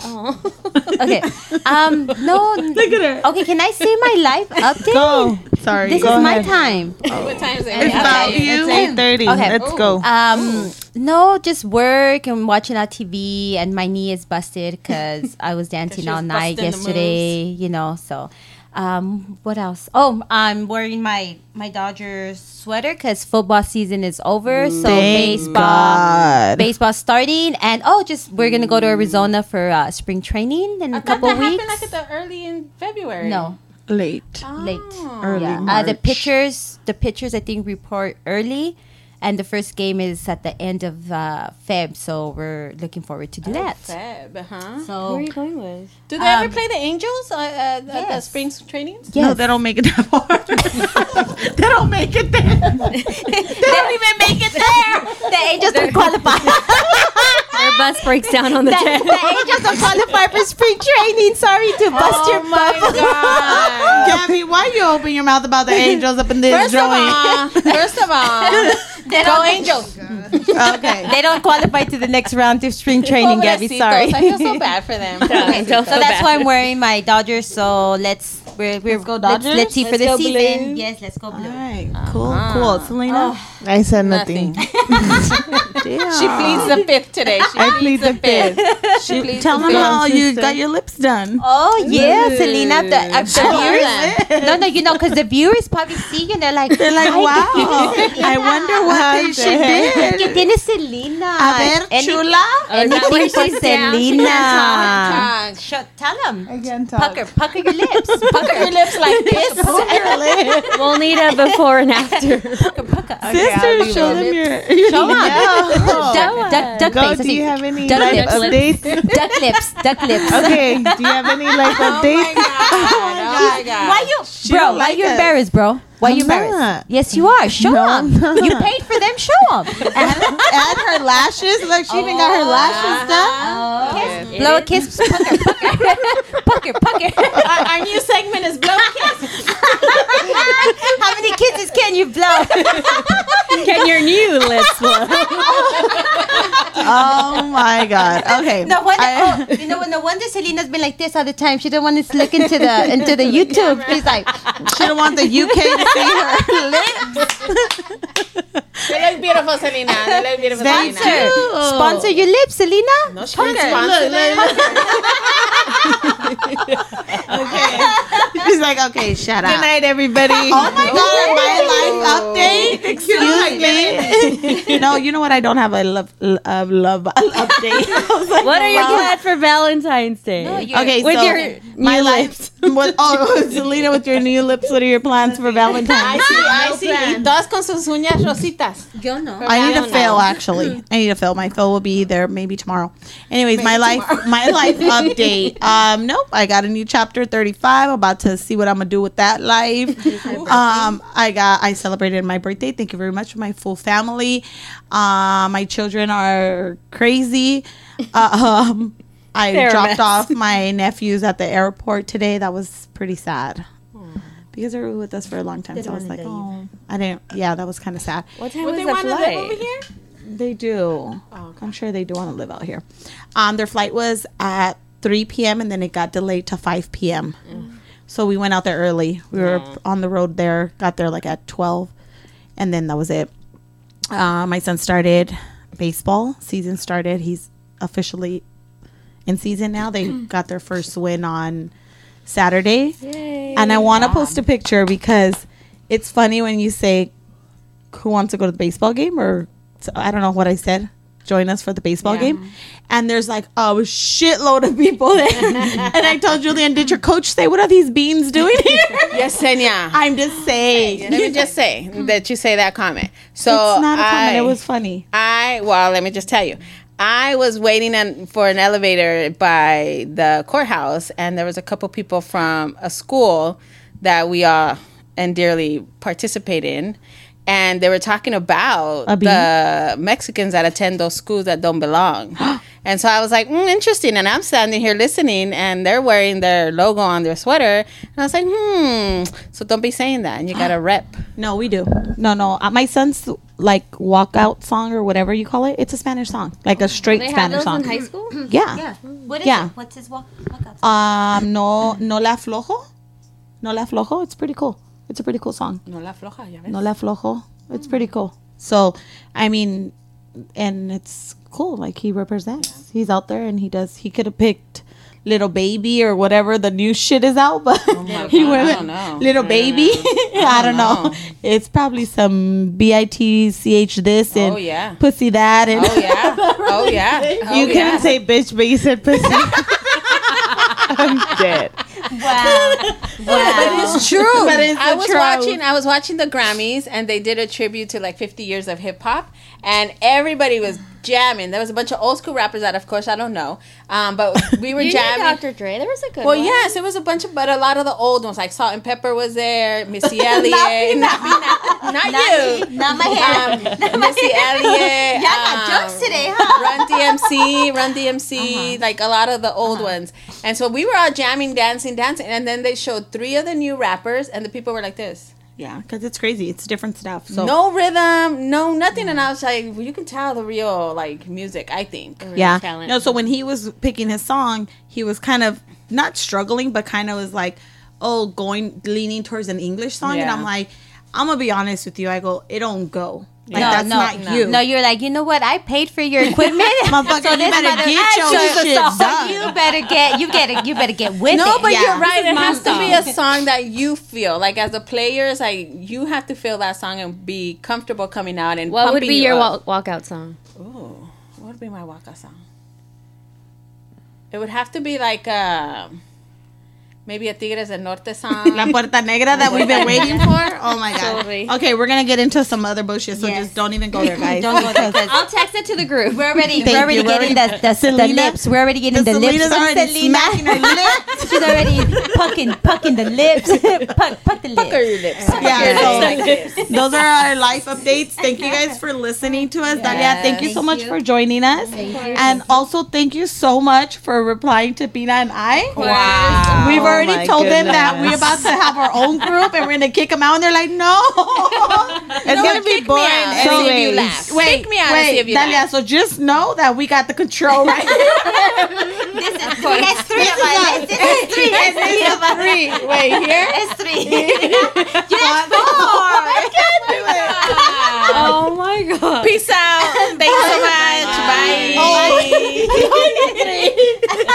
okay. Um, no. Look at her. Okay, can I say my life update? Go. Oh, Sorry. This go is my ahead. time. What time is It's it? about you. It's It's 8.30. Okay. Let's go. Um, no, just work and watching our TV, and my knee is busted because I was dancing all night busting the moves. yesterday. You know, so um, what else? Oh, I'm wearing my my Dodgers sweater because football season is over. Mm. So Thank baseball, God. baseball starting, and oh, just we're gonna go to Arizona for uh, spring training in a couple that happened weeks. like at the early in February. no, Late. Ah. late. Early Yeah. Uh, the March. pitchers, the pitchers, I think report early, and the first game is at the end of uh, Feb. So we're looking forward to do that. Feb, huh? So going with? Do they ever play the Angels uh, uh, at the yes. spring trainings? No, they don't make it that far. they don't make it there. they don't even make it there. The Angels don't qualify. They're bus breaks down on the that, day. the angels are qualified for spring training. Sorry to Oh bust your bubble. Gabby, why you open your mouth about the angels up in this First of joint? all, first of all, They go don't, Angels. Okay. they don't qualify to the next round of spring training, Gabby. Pobrecitos, Sorry. I feel so bad for them. Okay, so that's why I'm wearing my Dodgers. So let's we're, we're, let's go Let's, Dodgers? see for Let's the go season. blue. Yes, let's go blue. All right, cool, cool. Selena, I said nothing. She pleads the fifth today. She I plead the fifth. She pleads tell the them fifth. how you sister. got your lips done. Oh yeah, Selena. The, uh, the Sure. viewers. No, no, you know, because the viewers probably see you and they're like, They're like, wow. I wonder what they- she did. que tiene Selena. A ver, Any- chula. Anything for Selena. Ah, Shut, tell them. Again, Pucker, pucker your lips. Pucker your lips like this. we'll need a before and after. Sister, show them your. Show up. Duck, duck, duck Go, face. do you Okay. have any Duck life lips. updates? Duck lips. Duck lips. okay, do you have any life updates? oh my god. Why you, bro? don't Why like you us. embarrassed, bro? Why you I'm not. embarrassed? Yes, you are. Show No, I'm them. not. You paid for them. Show them. Add her lashes. Like she even got her lashes done. kiss, blow a kiss. Pucker, pucker, pucker, pucker. Our, our new segment is blow kiss. How many kisses can you blow? Can your new lips blow? Oh my god. Okay. No wonder. I- oh, you know, no wonder Selena's been like this all the time. She don't want to look into the into the YouTube. She's like, She don't want the UK to see her lips. They look beautiful, Selena. They look beautiful, They Selena. do. sponsor your lips, Selena. No, Sponsor them. She's like, okay, shut up. Good night, everybody. Oh my god, my life update. Excuse me. no, you know what? I don't have a love, uh, love update. what are your plans for Valentine's Day? okay, With so your my lips. What, oh, Selena, with your new lips, what are your plans for Valentine's? I see, I see. Y todas con sus uñas rositas. yo no. I need to fail. Actually, I need to fail. My fail will be there maybe tomorrow. Anyways, my life, my life update. Um, nope, I got a new chapter thirty five. About to see what I'm gonna do with that life. um, I got I celebrated my birthday. Thank you very much for my full family. Uh, my children are crazy. Uh, um, I They're a dropped mess. off my nephews at the airport today. That was pretty sad. Because they were with us for a long time, so I was like, "Oh, I didn't." Yeah, that was kind of sad. what time was the flight? here? They do. I'm sure they do want to live out here. Um, their flight was at 3 p.m. and then it got delayed to 5 p.m. So we went out there early. We were on the road there, got there like at 12, and then that was it. Uh, my son started baseball. Season started. He's officially in season now. They got their first win on Saturday. And I want to post a picture because it's funny when you say, who wants to go to the baseball game or so I don't know what I said. Join us for the baseball game. And there's like a shitload of people there. and I told Julian, did your coach say what are these beans doing here? Yes, Senya. I'm just Let saying. me just say that you say that comment. So it's not a comment. I- It was funny. I well, let me just tell you. I was waiting on, for an elevator by the courthouse, and there was a couple people from a school that we all and dearly participate in, and they were talking about A bee? the Mexicans that attend those schools that don't belong. and so I was like, mm, interesting. And I'm standing here listening, and they're wearing their logo on their sweater, and I was like, hmm. So don't be saying that, and you gotta rep. No, we do. No, no. Uh, my son's like walkout song or whatever you call it. It's a Spanish song, like a Oh, straight Spanish song. school? yeah. Yeah. What is Yeah. it? What's his walk? walk up? Um. No. No la flojo. No la flojo. It's pretty cool. It's a pretty cool song. No la floja, ya ves. No la flojo. It's pretty cool. So, I mean, and it's cool. Like he represents. He's out there and he does. He could have picked little baby or whatever the new shit is out, but he went with know. little baby. I don't know. It's probably some b i t c h this and Oh, yeah. pussy that and Oh yeah, oh yeah. Oh, You yeah. couldn't say bitch, but you said pussy. I'm dead. Wow. But it's true. But it's I the was truth. watching. I was watching the Grammys, and they did a tribute to like 50 years of hip hop, and everybody was jamming. There was a bunch of old school rappers that, of course, I don't know, um, but we were You knew jamming. Dr. Dre. There was a good Well, one. yes, it was a bunch of, but a lot of the old ones like Salt and Pepper was there, Missy Elliott, not, not, you, Not my hair. um, Missy Elliott, Y'all got um, jokes today, huh? Uh-huh. Run DMC, Run DMC, like a lot of the old ones. And so we were all jamming, dancing, dancing, and then they showed three of the new rappers, and the people were like this. Yeah, because it's crazy. It's different stuff. Oh. So No rhythm, no nothing, and I was like, well, you can tell the real like music. I think. yeah, talent. no. So when he was picking his song, he was kind of not struggling, but kind of was like, oh, going leaning towards an English song, and Yeah. I'm like, I'm gonna be honest with you. I go, it don't go. Like no, that's no, not no. you. No, you're like, you know what? I paid for your equipment. Motherfucker, so you this better mother- get I your chose the shit song. done. You better get, you get, you better get with No, it. but Yeah. you're right. It has to be a song. song that you feel like as a player. It's like you have to feel that song and be comfortable coming out and. What would pumping be you your up. walk- walkout song? Ooh, what would be my walkout song? It would have to be like uh, maybe a Tigres del Norte song. La puerta negra that we've been waiting for. Oh my god. Totally. Okay, we're gonna get into some other bullshit, so Yes. just don't even go there, guys. Don't go there. 'cause I'll text it to the group. We're already, Thank we're already you. We're getting the, the, the Selena- lips. We're already getting the, lips. Selena's from already Selena. smacking her lips. She's already pucking, pucking the lips. puck, puck the lips. yeah, so those are our life updates. Thank you guys for listening to us. Dalia, thank you so much for joining us. and also thank you so much for replying to Pina and I. Wow. We've Oh already my told them that goodness. we're about to have our own group and we're gonna kick them out and they're like, No It's gonna be boring. out. anyways. See if you laugh. Wait, Kick me out wait, and see if you laugh. Dalia, so just know that we got the control right here. This is three. That's three of us. This is three. That's three of us. Three. Wait, here. That's three. Oh my god. Oh, Peace out. Thanks so much. Bye. Oh.